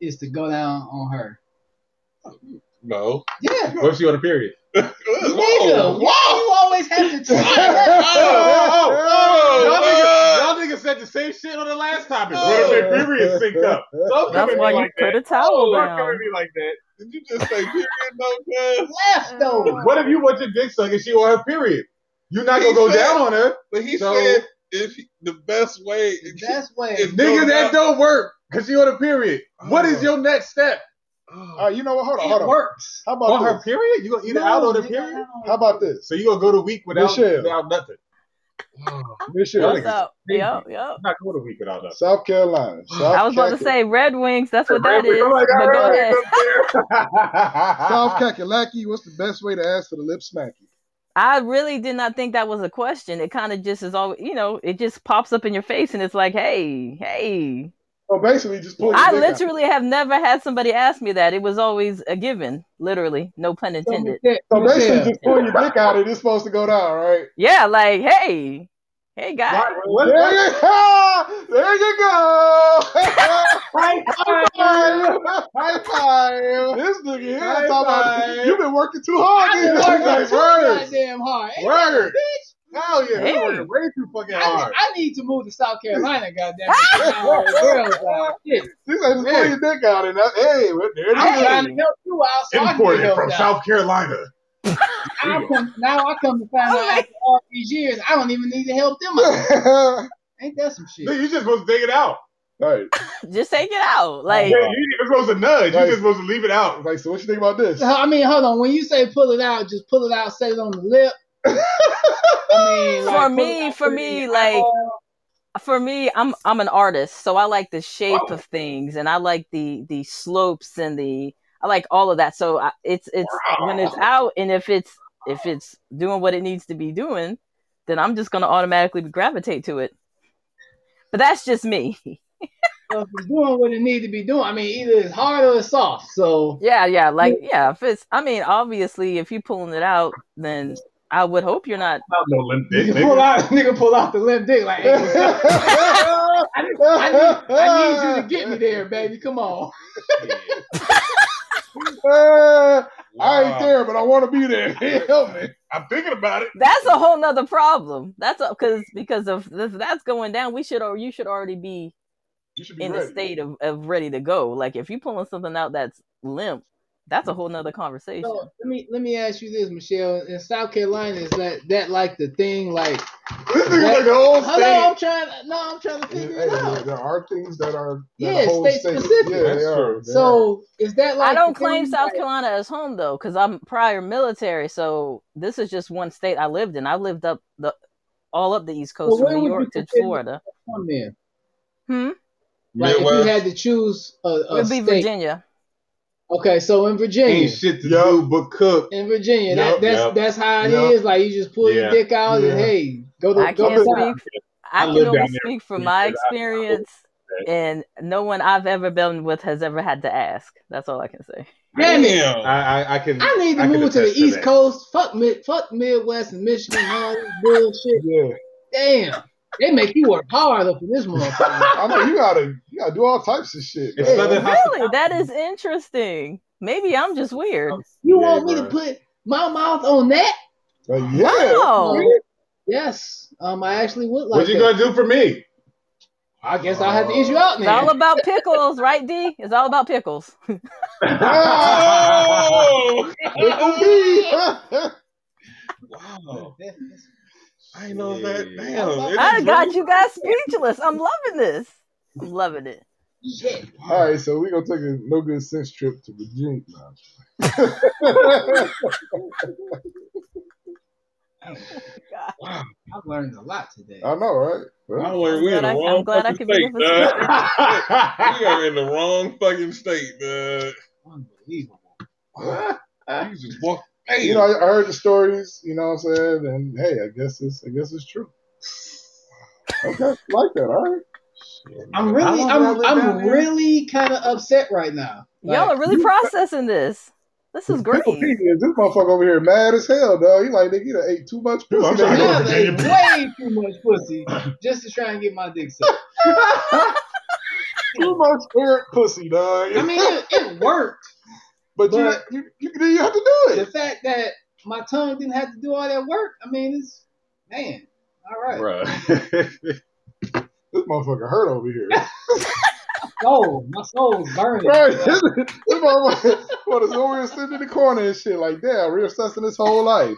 is to go down on her.
no.
Yeah.
What if she on a period?
Nigga,
Whoa,
why you always have to try that?
Oh,
Oh, y'all, niggas, y'all niggas said the same shit on the last topic.
Oh.
What if their period synced up? Don't come
that's
at me
why you
like
put
that.
a towel
Don't come
down.
at me like that.
Did you just say period? No, cuz?
Leftovers.
What if you want your dick sucked and she on her period? You're not gonna
He
go
said-
down on her,
But he
So-
said if he- the best way.
The best way.
If-
nigga.
No, Oh.
that
no.
don't work because she on a period. What is your next step?
All
Oh.
right, you know what? Hold on, hold
It
on.
works.
How about
On
this?
her period? You gonna eat it out on her period?
How about this?
So you gonna go to week without
Michelle.
without nothing?
Oh.
Michelle,
What's up? Yup, yup.
I'm not going to week without nothing.
South Carolina. South
I was about to
Caca-
say Red Wings. Oh That's what that
Bradley,
is.
I'm like,
But go
all right,
ahead.
South
come there.
Kakalaki, what's the best way to ask for the lip smacking?
I really did not think that was a question. It kind of just is always, you know, it just pops up in your face and it's like, hey, hey.
So basically, just pull your
I
dick out.
literally have never had somebody ask me that. It was always a given, literally. No pun
So
intended.
Michelle,
So basically,
Michelle,
just pull your dick out and it's supposed to go down, right?
Yeah, like, hey, hey, guy.
Why- what-
There you go! There you go!
High five!
High five! This nigga here
High
talking about
five.
you've been working too hard.
I've been
nigga.
working
Like,
too
word.
goddamn hard. Ain't
Word!
Hell yeah!
Hey.
You're working way too fucking
I,
hard.
I need to move to South Carolina, goddamn. Girls, uh, shit.
She said, just pull
Hey.
your dick out and that, hey, well, there it
I'm
is.
Hey.
trying to help you out. So I can get
Imported
help
from
out.
South Carolina.
I come, now I come to find out after all these years, I don't even need to help them out.
All
Ain't that some shit?
Nigga, you just supposed to dig it out.
right.
Just take it out. Like,
Yeah, you ain't even supposed to nudge. You
Right.
just supposed to leave it out.
Like, so what you think about this?
So, I mean, hold on. When you say pull it out, just pull it out, set it on the lip. I mean, like,
For
pull it out, put it
me- for
in
me,
your
like-
eyeball.
for me, I'm I'm an artist, so I like the shape
Wow.
of things, and I like the the slopes and the I like all of that. So I, it's it's when it's out, and if it's if it's doing what it needs to be doing, then I'm just gonna automatically gravitate to it. But that's just me.
So if it's doing what it need to be doing, I mean, either it's hard or it's soft. So
Yeah, yeah, like yeah. If it's, I mean, obviously, if you're pulling it out, then I would hope you're not.
Not no limp dick,
nigga
nigga.
pull out, nigga pull out the limp dick like, hey, what's up? I, need, I, need, I need you to get me there, baby. Come on.
Uh, I ain't
Wow.
there, but I want to be there. Help me.
I'm thinking about it.
That's a whole nother problem. That's because because of if that's going down, we should or you should already be
You should be
in
ready.
a state of, of ready to go. Like if you're pulling something out that's limp, that's a whole nother conversation.
So let me let me ask you this, Michelle. In South Carolina, is that that like the thing? Like,
This nigga like the whole
hello,
state.
I'm trying. No, I'm trying to
Hey,
figure it
there,
out.
there are things that are that
Yeah,
whole
state
state.
specific.
Yeah,
That's
they are.
true.
They are.
So is that like
I don't
the thing,
claim South
like-
Carolina as home though, because I'm prior military. So this is just one state I lived in. I lived up the all up the East Coast
Well,
from
where
New
would you
York to
consider-
Florida.
Come in.
Hmm.
Like if you
Midwest.
had to choose a,
It
a
would be
state.
Virginia.
Okay, so in Virginia,
Ain't shit to
Yup.
do but cook.
in Virginia,
Yup,
that, that's
yup,
that's how it is.
yup.
Like you just pull
Yeah.
your dick out
Yeah.
and hey, go to
I
go
can't
to town.
speak. I,
I
can
live down
only
there.
speak from
Yeah,
my
I-
experience,
that.
and no one I've ever been with has ever had to ask. That's all I can say.
Damn it.
Damn.
I, I, I can.
I need to
I can
move to the
attest
East
that.
Coast. Fuck mid, fuck Midwest and Michigan, all this bullshit.
Yeah,
Damn, they make you work hard up in this motherfucker.
I know you gotta you gotta do all types of shit.
It's
man.
Southern
Really, that is interesting. Maybe I'm just weird.
You
Yeah,
want me to
bruh.
put my mouth on that?
Like, yeah,
Wow.
Um, yes, um, I actually would like.
what you
that.
gonna do for me?
I guess I'll have to issue out
It's
now.
all about pickles, right, D? It's all about pickles.
Oh!
Pickle
Oh,
wow. I
Shit.
know that. Damn.
I
it
I
is
got
real.
you guys speechless. I'm loving this. I'm loving it.
Shit.
me. all right, so we gonna take a no good sense trip to Virginia. Now.
I've learned a lot today.
Uh,
I know, right?
I
Well,
learned
I'm
we in
glad
the
I- I'm
wrong
glad I
fucking
could be
state,
of
dog.
assistance.
We are in the wrong fucking state, dog.
Unbelievable.
You just walk. Damn.
you know, I, I heard the stories. You know what I'm saying? And hey, I guess it's I guess it's true. Okay, like that. All right.
I'm
How
really,
long did I
I'm,
live down
I'm
there?
really kind of upset right now.
Y'all
Like,
are really processing this. This is great.
Pickle Pete is this motherfucker over here mad as hell, dog. He like nigga, you done ate too much pussy.
I'm
Like,
trying to go
yeah,
to Virginia.
they way too much pussy just to try and get my dick sucked.
too much parent pussy, dog.
I mean, it, it worked.
but, you,
but-
you, you you have to do
The
it.
fact that my tongue didn't have to do all that work. I mean, it's man. All right.
Bruh.
This motherfucker hurt over here.
Soul, my soul's burning.
Right. this motherfucker what is over here sitting in the corner and shit like damn, reassessing his whole life.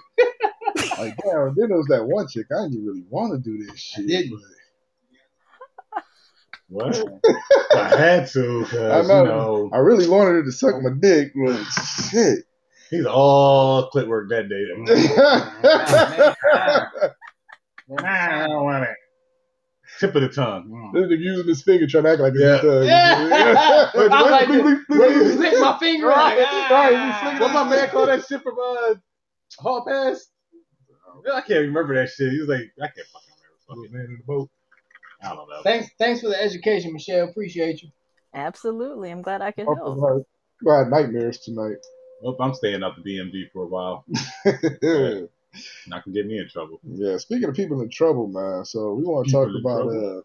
Like damn, then there was that one chick. I didn't really want to do this shit.
didn't.
what? I had to,
I
cause
know.
you know
but I really wanted her to suck my dick, but shit.
he's all clip work that day.
this
I don't want it. Tip of the tongue. Mm.
nigga using his finger trying to act like
Yeah.
it's a thug.
Yeah. I'm like, Where you lick my finger?
Right,
Like,
right,
ah.
you flick
What my man called that shit from uh, Hall Pass? I can't remember that shit. He was like, I can't fucking remember.
man in the boat.
I don't know.
Thanks, thanks for the education, Michelle. Appreciate you.
Absolutely. I'm glad I could
I'm
help.
gonna have nightmares tonight.
Hope I'm staying out the DMV for a while.
yeah.
Not gonna get me in trouble.
yeah. Speaking of people in trouble, man. So we want to
People
talk
in
about
trouble.
uh,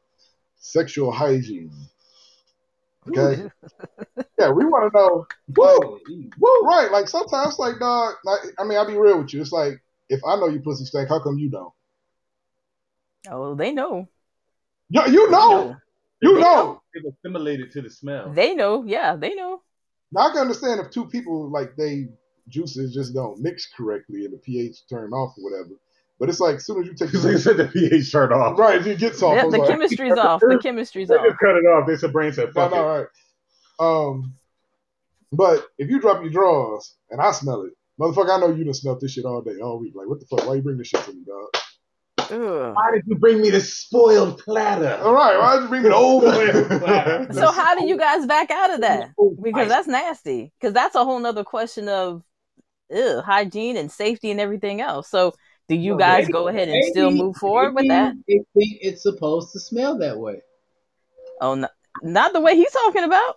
sexual hygiene. Okay. yeah, we want to know. Woo, woo, right? Like sometimes, like dog. Like, I mean, I'll be real with you. It's like if I know you pussy stank, how come you don't?
Oh, they know.
You, you
They
know,
know.
you
They
know.
It's assimilated to the smell.
They know. Yeah, they know.
Now I can understand if two people like they juices just don't mix correctly and the pH turn off or whatever. But it's like as soon as you take
Because they said the pH shirt off.
right, if it gets
Oh,
off,
Yeah,
I'm
the
like,
chemistry's off. The chemistry's
They
off.
just cut it off. They said brain said
No,
fuck
no,
it.
all right. Um, but if you drop your drawers and I smell it, motherfucker, I know you done smelled this shit all day, all week. Like, what the fuck? Why you bring this shit to me, dog?
Ugh.
Why did you bring me the spoiled platter?
All
Oh.
right, why did you bring it over?
Wow.
So how do you guys back out of that?
Oh,
Because that's nasty. Because that's a whole nother question of ew, hygiene and safety and everything else. So do you
Well,
guys
maybe-
go ahead and still
maybe-
move forward with
maybe
that?
They think it's supposed to smell that way.
Oh, no, not the way he's talking about.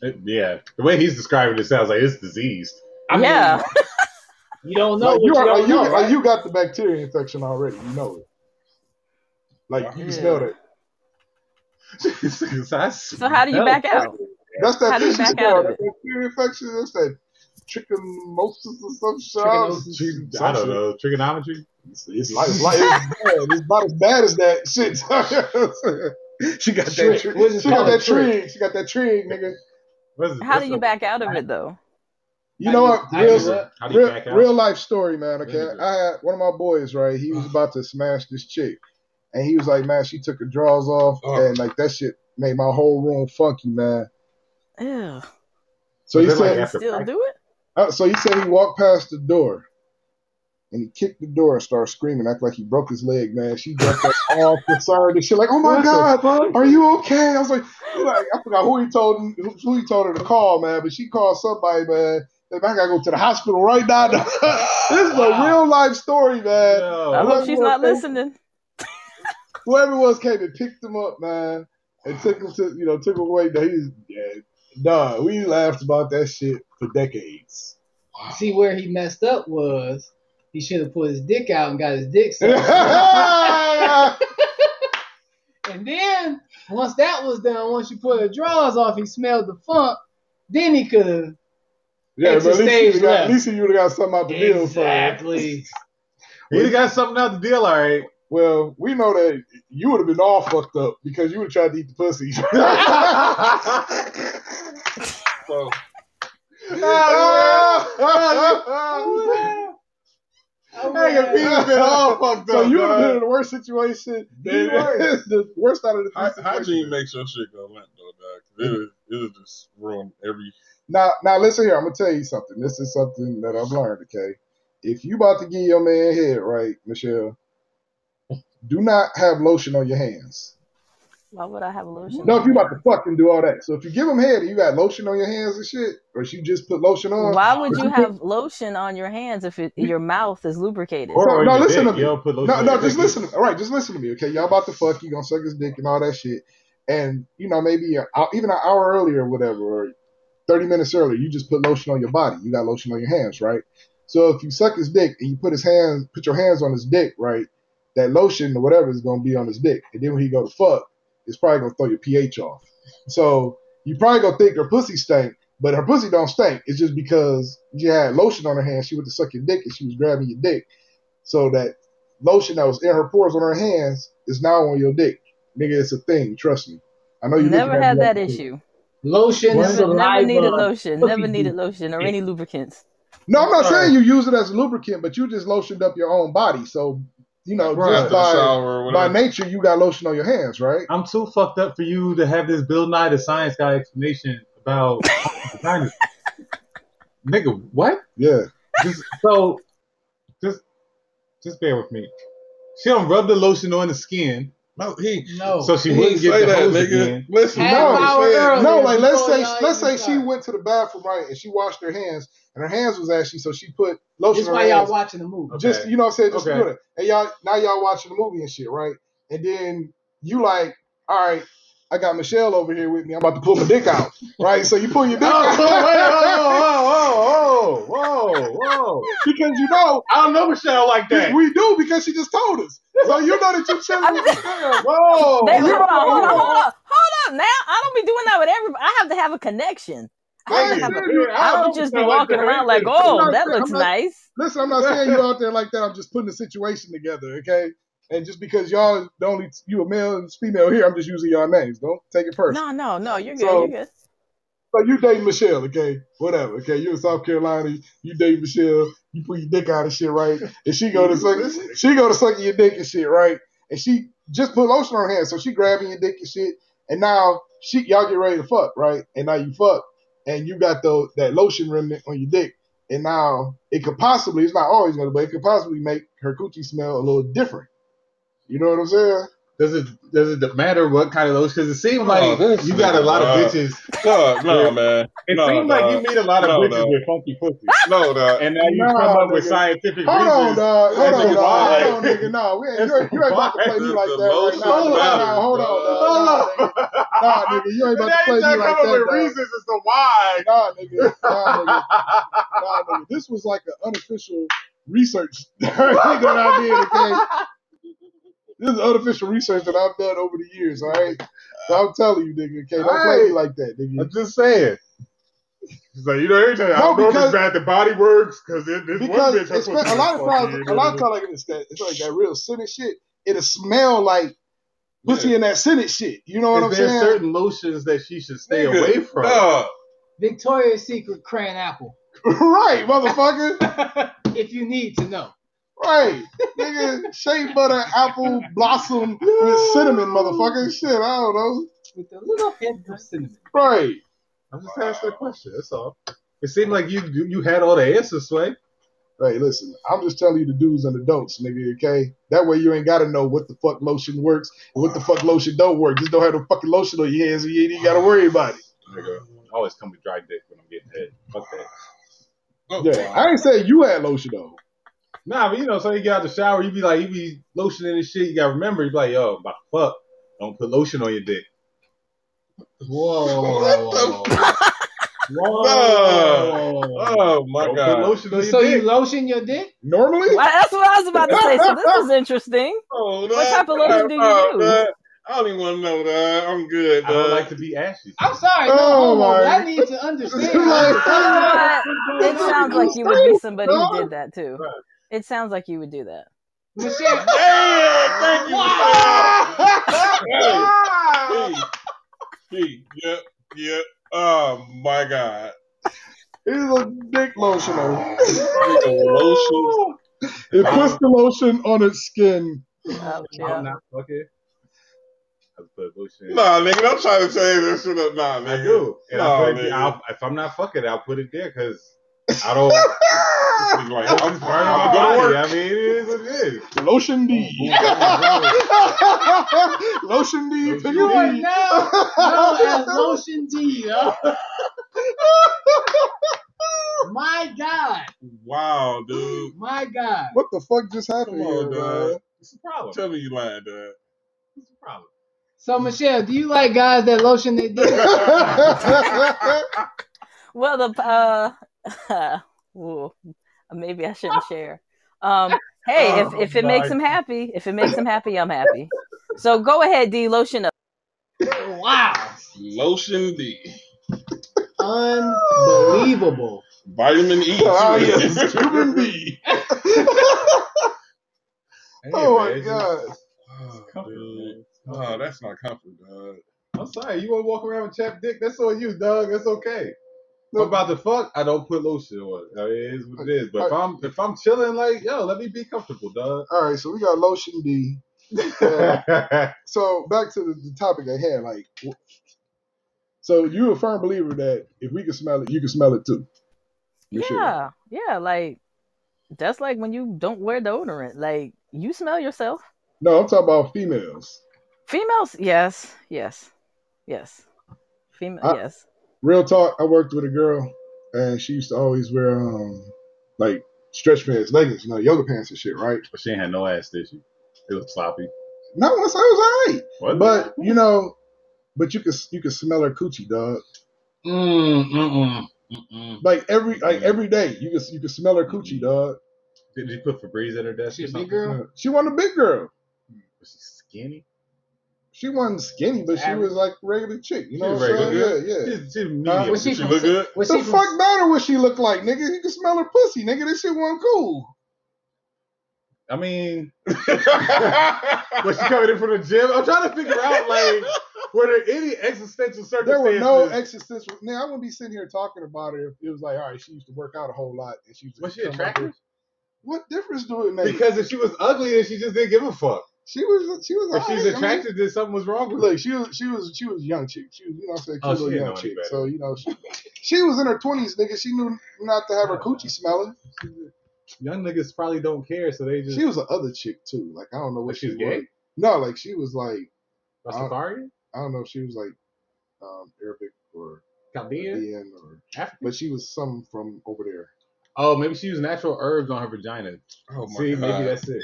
yeah, the way he's describing it sounds like it's diseased.
I mean,
yeah.
You don't know.
Like
what
you,
you
are,
don't
like, you,
know, right?
like you got the bacteria infection already. You know it. Like you can smell
Yeah.
that.
So how do you back out?
That's that
How do you
fishy
back
smell.
out of
That bacteria infection. That's that trichinosis or some shit.
Trigonometry? I don't know. Uh, Trigonometry?
It's, it's like it's, like, it's bad. It's about as bad as that shit. she got
Trick.
that. Tri-
What is it
she got
called?
that
Trick.
trig. She got that trig, nigga.
What is it?
How
What's
do you
up?
back out of it though?
You know what?
I
Real,
do it.
How do you
real,
back out?
real life story, man. Okay,
Really good.
I had one of my boys, right? He was about to smash this chick, and he was like, "Man, she took her drawers off,
Oh.
and like that shit made my whole room funky, man."
Ew.
So
Was
he
it like
said,
after
Still
practice?
do it?
uh, so he said he walked past the door, and he kicked the door and started screaming, act like he broke his leg, man. She jumped up all concerned and shit, like, "Oh my god, are you okay?" I was like, like, I forgot who he told him- who who he told her to call, man, but she called somebody, man. Like, I gotta go to the hospital right now. this is a
Wow.
real life story, man.
Uh,
I
No.
What-
hope she's not
what-
listening.
Whoever it was came and picked him up, man, and took him to you know took him away. Now he's yeah, nah. We laughed about that shit for decades.
See where he messed up was he should have put his dick out and got his dick sucked.
yeah,
and then once that was done, once you put the drawers off, he smelled the funk. Then he could have
but at
Exit
least, you
stage
would've got,
left.
at least you would have got something out the deal for. her.
exactly.
He'd have got something out the deal, all right.
Well, we know that you would have been all fucked up because you would have tried to eat the pussy.
So,
Nigga,
Alright.
people been all
fucked
so you would have been in the worst situation.
The worst.
the worst out of the three
hy-
situations.
hygiene makes your shit go limp though, dog. It is, it'll just ruin every.
Now, now listen here. I'm gonna tell you something. This is something that I've learned. Okay, if you about to give your man head, right, Michelle, do not have lotion on your hands.
Why would I have a lotion?
No,
on
if you
my
about to fucking do all that. So if you give him head and you got lotion on your hands and shit, or if you just put lotion
uh,
on.
Why would
if
you
put-
have lotion on your hands if it, your mouth is lubricated?
Or
No,
on
no,
your
listen
dick.
to me.
You don't put lotion
No,
on
no,
your
just
dick.
listen. To me. All right, just listen to me, okay? Y'all about to fuck. You gonna suck his dick and all that shit, and you know maybe a, even an hour earlier, or whatever, or thirty minutes earlier, you just put lotion on your body. You got lotion on your hands, right? So if you suck his dick and you put his hands, put your hands on his dick, right? That lotion or whatever is gonna be on his dick, and then when he go to fuck, it's probably gonna throw your pH off. So you probably gonna think her pussy stank, but her pussy don't stink. It's just because you had lotion on her hand. She went to suck your dick and she was grabbing your dick. So that lotion that was in her pores on her hands is now on your dick. Nigga, it's a thing. Trust me. I know Oh, you
Never
looking at
had
me like
that issue.
Lotion,
What?
Never, never
saliva.
needed lotion.
pussy
Never needed
juice.
lotion or any lubricants.
No, I'm not
Right.
saying you use it as a lubricant, but you just lotioned up your own body. So you know,
Right.
just
After the
by
shower or
by
whatever.
nature, you got lotion on your hands, right?
I'm too fucked up for you to have this Bill Nye the Science Guy explanation about vaginas. Nigga, what?
Yeah.
Just so, just just bear with me. She don't rub the lotion on the skin,
No, he.
No.
so she
he
wouldn't
say
get the
that,
hose
nigga.
again.
Listen,
Half
no,
hour
man.
earlier
No, like let's
before
say
y'all
let's say
even
she
start.
went to the bathroom right and she washed her hands and her hands was ashy, so she put
This
lotion
is
on her
why y'all
hands.
watching the movie.
Just
Okay.
you know what I'm saying, just
Okay.
do it. And y'all now y'all watching the movie and shit, right? And then you like, all right, I got Michelle over here with me. I'm about to pull my dick out, right? So you pull your dick
Oh,
out
oh, wait, oh, oh, oh, oh, whoa, whoa.
because you know
I don't know Michelle like
we,
that.
we do because she just told us. So you know that you're chilling with Michelle.
Whoa.
They,
you
hold on,
don't know, Oh, you
hold on,
don't
hold up, hold up. Now I don't be doing that with everybody. I have to have a connection. I have
Thank
to have
you.
a.
Dude,
I don't just be walking around like, oh,
not
that
saying- I'm
looks
not-
nice.
Listen, I'm not saying you out there like that. I'm just putting the situation together, okay? And just because y'all the only you a male and female here, I'm just using y'all names. Don't take it personal.
No, no, no. You're good.
So-
you're good.
So Oh, you dating Michelle, okay? Whatever, okay? You're in South Carolina. You date Michelle. You put your dick out and shit, right? And she go to suck. She go to suck your dick and shit, right? And she just put lotion on her hand, so she grabbing your dick and shit. And now she y'all get ready to fuck, right? And now you fuck, and you got the that lotion remnant on your dick. And now it could possibly, it's not always gonna, but it could possibly make her coochie smell a little different. You know what I'm saying?
Does it does it matter what kind of those? Because it seems like
this
you got a lot
nigga, uh,
of bitches.
No, no,
Yeah.
man.
It
no,
seems
dog.
like you meet a lot of
No,
bitches
dog.
with funky pussy,
No, dog.
and now you
Nah,
come up with
nigga.
scientific
Hold on,
reasons.
dog. Hold
That's
on,
a
dog.
vibe.
Hold on, nigga. Nah, we ain't, you, ain't,
That's
you ain't about to
a
play me
vibe.
like
The
that right now.
lotion
Nah, nah,
matters,
hold on,
dog.
dog. Nah, nigga. Nah, nigga, you ain't
And
about
now
to
you
play me
trying to
like
come up
that,
with
dog.
reasons as to why.
Nah, nigga. Nah, nigga. Nah, nigga. This was like an unofficial research thing that I did, okay? This is unofficial research that I've done over the years, all right? So I'm telling you, nigga, okay? Don't play me like that, nigga.
I'm just saying. It's like, you know, every time I
No,
don't know if
because-
it's bad the body works because this one
because
bitch. her
it's,
pussy
a lot of
was
times,
funky,
a lot of
you
times like it's that, it's like that real Senate shit. It'll smell like pussy in that Senate shit. You know
know.
what I'm
Is there
saying?
certain lotions that she should stay
Nigga,
away from?
Dog.
Victoria's Secret crayon apple.
right, motherfucker.
If you need to know.
right, nigga. Shea butter, apple blossom with cinnamon, motherfucker. Shit, I don't know.
With a little hint of cinnamon.
Right.
I'm just asking a question. That's all. It seemed like you you, you had all the answers, Sway.
Hey, listen, I'm just telling you the do's and the don'ts, nigga, okay? That way you ain't gotta know what the fuck lotion works, what the fuck lotion don't work. Just don't have no fucking lotion on your hands and you ain't even gotta worry about it.
Nigga, I always come with dry dick when I'm getting head. Fuck that.
Oh,
Yeah. I ain't saying you had lotion though.
Nah, but you know, so you get out the shower, you be like, you be lotioning and shit. You gotta remember, you be like, yo, my fuck, don't put lotion on your dick.
Whoa.
What the
Whoa.
Oh my
don't put
god.
lotion on your
So
dick.
you lotion your dick?
Normally?
Well, that's what I was about to say. So this is interesting.
Oh,
What type of lotion do you use?
I don't even want to know, dog. I'm good,
I don't
dog.
like to be ashy.
I'm sorry, no
Oh,
homo, but
my-
I need to understand.
Like-
It sounds like you would be somebody who did that too.
Right.
It sounds like you would do that.
Michelle,
Damn, thank you. Michelle. Hey, hey, hey, yep, yep. Oh my god.
It's a dick lotion. on.
Lotion.
It puts the lotion on its skin.
Oh,
I'm
yeah.
not fucking. I put lotion.
Nah, nigga, don't try to change that shit up. Nah,
I
nigga.
do, and
Nah,
I put it.
nigga.
I'll, if I'm not fucking, I'll put it there because I don't.
It's like, "Oh, I'm,
I'm burning my
I'm gonna
body.
work.
I mean, it is what it is.
Lotion D. lotion D.
You
Pickle
you are
D.
now known as Lotion D, yo. My God.
Wow, dude.
My God.
What the fuck just happened
Come on,
here,
dog.
man?
It's a problem.
Tell me you lying, dog.
It's a problem.
So Michelle, do you like guys that lotion their dick?
Well, the uh, ooh, maybe I shouldn't share. Um, hey, if if it makes him happy, if it makes him happy, I'm happy. So go ahead, D. Lotion up.
Wow.
Lotion D.
Unbelievable.
Vitamin E.
Oh,
too.
yes, Cuban B.
Hey,
Oh, my
man, it's
God.
just- it's comfort,
Oh, Dude.
man. It's
Oh,
comfort.
that's not comfort, dog.
I'm sorry. You want to walk around with chapped dick? That's on you, dog. That's okay. If I'm about to fuck, I don't put lotion on. it. I mean, it is what it is. But if I'm if I'm chilling, like yo, let me be comfortable, dog.
All right, so we got lotion D. So back to the, the topic I had, like, w- so you a firm believer that if we can smell it, you can smell it too. Michelle.
Yeah, yeah. Like that's like when you don't wear deodorant. Like you smell yourself.
No, I'm talking about females.
Females, yes, yes, yes. Female,
I-
yes.
Real talk, I worked with a girl and she used to always wear um like stretch pants, leggings, you know, yoga pants and shit, right?
but she ain't had no ass, did she? It was sloppy.
No, I said it was
What?
alright. But you know, but you can you can smell her coochie, dog.
mm, mm, mm, mm.
Like every like every day, you can you can smell her coochie, dog.
Did you put Febreze at her desk?
She
or
a
something?
big girl?
Yeah. She wasn't a big girl.
Was she skinny?
She wasn't skinny, but she was like regular chick. You know
She's
what I'm
regular.
saying? Yeah, yeah.
She's, she's medium.
Uh,
was
Did
she
she
from
look
Sa-
good?
Was
The
she from,
fuck matter what she looked like, nigga? You can smell her pussy, nigga. This shit wasn't cool.
I mean, was she coming in from the gym? I'm trying to figure out like, were there any existential circumstances?
There were no existential. Now I wouldn't be sitting here talking about her if it was like, all right, she used to work out a whole lot and she used to
was she
come up
attractive?
with- What difference do it make?
Because if she was ugly, then she just didn't give a fuck.
she was, she was.
If she's
alright, I mean,
attractive, then something was wrong with her.
look, she was, she was, she was a young chick. She was, you know, what I'm saying,
Oh,
cute
she
little
didn't
young
know any
chick.
better.
So you know, she, she was in her twenties, nigga. She knew not to have her coochie smelling.
Young niggas probably don't care, so they just.
She was an other chick too. Like I don't know what
Like
she
she's
was.
gay?
No, like she was like
Rastafarian?
I don't know if she was like um, Arabic or
Chaldean?
Indian or
African?
but she was some from over there.
Oh, maybe she used natural herbs on her vagina.
Oh my
See,
god.
maybe that's it.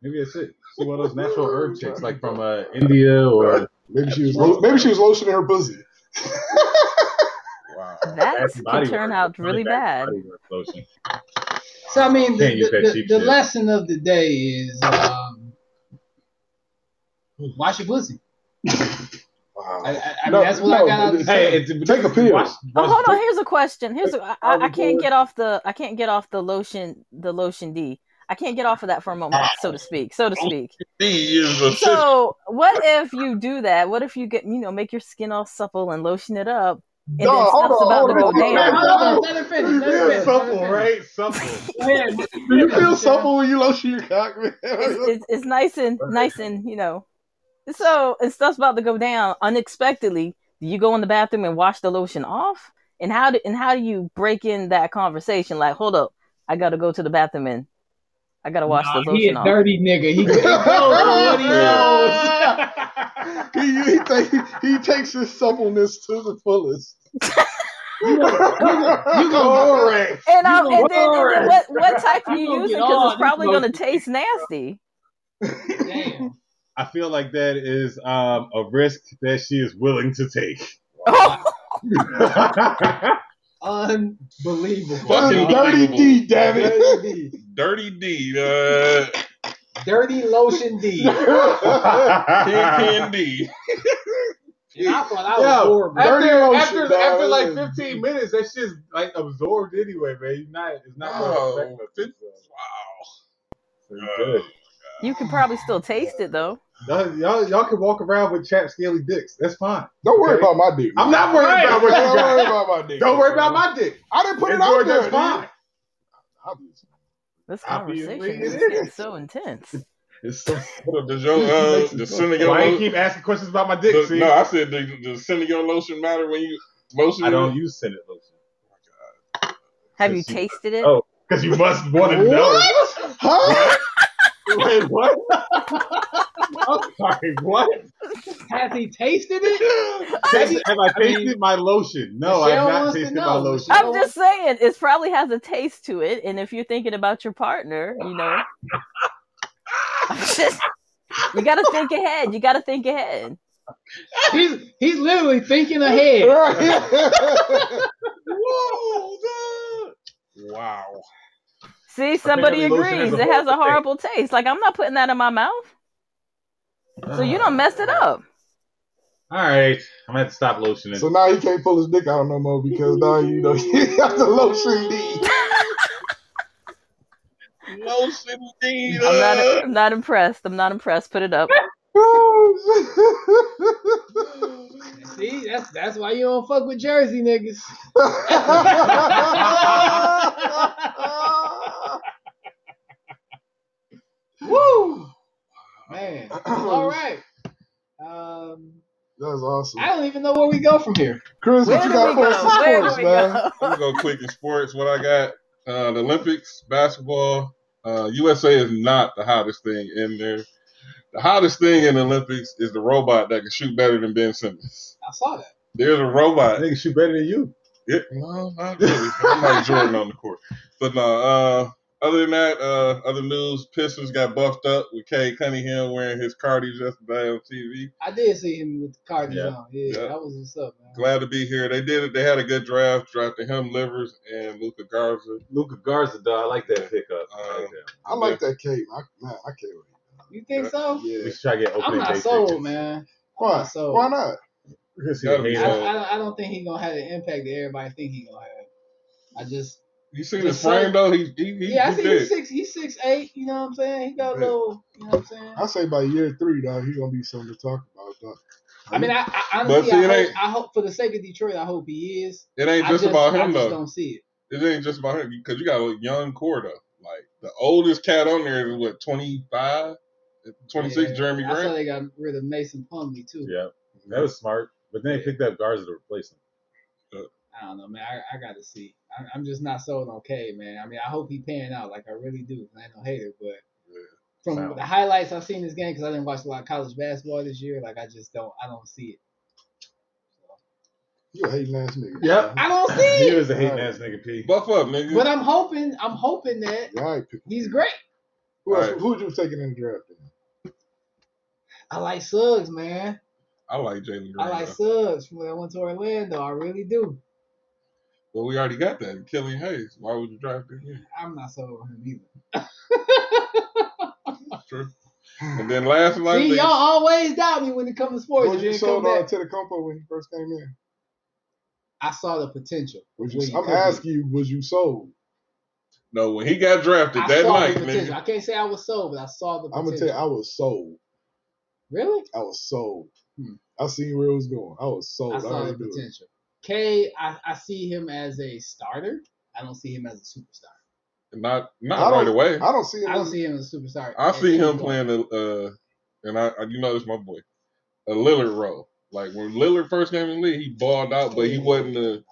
Maybe that's it. See one of those natural herb chicks, like from uh, India or
Maybe she was lo- maybe she was lotioning her pussy.
wow.
That
Bath and Body
could turn
Works.
out really
Bath
bad.
and Body Works lotion.
So I mean, the,
Can't use that
the,
cheap
the, the
shit.
lesson of the day is um, wash your pussy.
Wow.
I, I, I
No,
mean, that's what I
no,
got out of
it's-
the
Hey, it's,
Take a pill.
Watch,
Oh,
watch-
hold on. Here's a question. Here's a, I, I,
Are
I
we
can't
good?
get off the I can't get off the lotion the lotion D. I can't get off of that for a moment, so to speak, so to speak.
He is a sister.
So what if you do that? What if you get you know make your skin all supple and lotion it up, and
No,
then
hold
stuff's
on,
about
hold on,
to go
hold on.
down?
Hold on, let her finish. Let her finish. let her
supple,
finish.
right? Supple.
Go ahead.
Do you feel
Michelle.
supple when you lotion your cock, man?
It's, it's it's nice and nice and you know. So and stuff's about to go down unexpectedly. Do you go in the bathroom and wash the lotion off? And how do and how do you break in that conversation? Like, hold up, I gotta go to the bathroom and I gotta wash
Nah,
the
he
lotion
a
off.
dirty nigga. He, he goes for what he knows.
he, he, take, he takes his suppleness to the fullest.
You gonna, you gonna,
And um,
You
and then, and then
gonna-
what what type are
you
you
gonna
using?
get all
Because it's
this
probably gonna
lotion.
taste nasty.
Damn.
I feel like that is um, a risk that she is willing to take.
Unbelievable.
That's
Fucking
dog.
dirty
unbelievable.
D, damn it.
Dirty D.
Dirty D. Uh,
Dirty lotion D. And
Kid D.
I thought I was
Yo,
horrible.
that-
after,
Dirty lotion,
after,
dog.
after like 15 minutes, that shit's like absorbed anyway, man. You're not, it's not
Oh,
going to affect
Wow.
Good.
You can probably still taste it though.
Y'all, y'all, y'all can walk around with chap scaly dicks. That's fine.
Don't worry
Okay.
about my dick.
I'm
man.
not worried about what
Don't
you got.
Uh,
worry about my dick.
Don't worry about my dick.
I didn't put it
It's
out
gorgeous,
there.
that's
dude.
fine.
Obviously.
This
Obviously,
conversation
it
is just getting
is.
so intense.
It's so
What up, Does your uh, does sending your
Why you
lo-
keep asking questions about my dick?
does,
See,
no? I said does, does sending your lotion matter when you lotion?
I don't
it?
use scented lotion
Have you
Yes, you-
tasted it?
Oh. because you must want to know.
What? Huh?
Wait, what? I'm sorry, what?
Has he tasted it? Has
Taste-
he-
Have I
I mean,
tasted my lotion? No,
Michelle
I've not
wants to
tasted
know.
my lotion.
Michelle-
I'm just saying, it probably has a taste to it, and if you're thinking about your partner, you know, I'm just, you got to think ahead. You got to think ahead.
He's, he's literally thinking ahead.
Right.
Whoa! dude. Wow.
See, somebody
Apparently lotion
agrees.
has a
It has a
horrible
horrible taste. Like I'm not putting that in my mouth. So you don't mess it up.
All right, I'm gonna have to stop lotioning.
so now he can't pull his dick out no more because now you know he got the lotion D.
Lotion D.
I'm
uh.
not. I'm not impressed. I'm not impressed. Put it up.
See, that's that's why you don't fuck with Jersey niggas. Woo! Man. All right. Um,
That's awesome.
I don't even know where we go from here.
Chris,
Where
what
do
you got
we
for us
go?
in
Where do
sports,
we
man?
go?
I'm gonna go quick in sports. What I got? Uh, the Olympics, basketball. Uh, USA is not the hottest thing in there. The hottest thing in the Olympics is the robot that can shoot better than Ben Simmons.
I saw that.
There's a robot.
Nigga shoot better than you.
It, well, not really. I'm like Jordan on the court. But no, uh, other than that, uh, other news, Pistons got buffed up with Kay Cunningham wearing his Cardi's yesterday on TV.
I did see him with the cardigan
Yeah.
on. Yeah,
Yeah.
that was what's up, man.
Glad to be here. They did it. They had a good draft, drafted him, Livers, and Luca Garza.
Luca Garza, though. I like that pickup. I like
Uh,
that.
I like that cape. I, man, I can't wait.
You think
Yeah.
so?
Yeah.
We should try to get
I'm
opening
not
day
sold,
tickets.
man. I'm
Why?
not sold.
Why not?
We're gonna see
Gotta
the
be
I,
haters.
sold.
don't, I, don't, I don't think he's gonna have the impact that everybody think he gonna have. I just
You see
Just
his
so-
frame though? He he he,
yeah, I
he
see
big.
he's six. He's six eight. You know what I'm saying? He got a
Yeah.
little. You know what I'm saying?
I say by year three, dog, he gonna be something to talk about. Dog.
I mean, I, I
But
honestly,
see,
I,
it
hope,
ain't-
I hope for the sake of Detroit, I hope he is.
It ain't
I just
just, about him
I just
though.
don't see it.
It ain't just about him because you got a young core though. Like the oldest cat on there is what 25, 26,
Yeah.
Jeremy
I saw
Grant.
they got rid of Mason Plumlee too.
Yeah, that was smart. But then they picked up Garza to replace him.
I don't know, man. I, I got to see. I'm, I'm just not sold on K, man. I mean, I hope he pan out. Like I really do. I ain't no hater, but from
Wow.
the highlights I've seen this game because I didn't watch a lot of college basketball this year. Like I just don't, I don't see it.
You a hating ass nigga.
Yep.
I don't see
He
it.
was a hating ass nigga, P.
Buff up, nigga.
But I'm hoping, I'm hoping that
Yeah, all right, Pickle.
he's great.
Who else?
All right.
Who'd you taking in the draft? Then?
I like Suggs, man.
I like Jalen Green.
I like
though.
Suggs from when I went to Orlando. I really do.
But we already got that. Killian Hayes. Why would you draft him? Yeah,
I'm not sold on him either.
it's true. And then last but not
See,
least,
y'all always doubt me when it comes to sports.
Who
If
you
it come
sold on
back-
to the compo when he first came in?
I saw the potential.
Was
Wait,
you, I'm
could be.
asking you, was you sold?
no, when he got drafted
I
that
saw
night,
the potential.
nigga,
I can't say I was sold, but I saw the potential.
I'm gonna tell you, I was sold.
really?
I was sold.
Hmm.
I seen where it was going. I was
Oh,
sold.
I saw the
already knew it.
potential. K, I, I see him as a starter. I don't see him as a superstar.
not
I
not
don't-
right away.
I don't see him.
I don't
as-
see him as a superstar.
I
at
see
any
him
point.
playing a, uh, and I, I you know this my boy, a Lillard role. Like when Lillard first came in the league, he balled out, but he wasn't the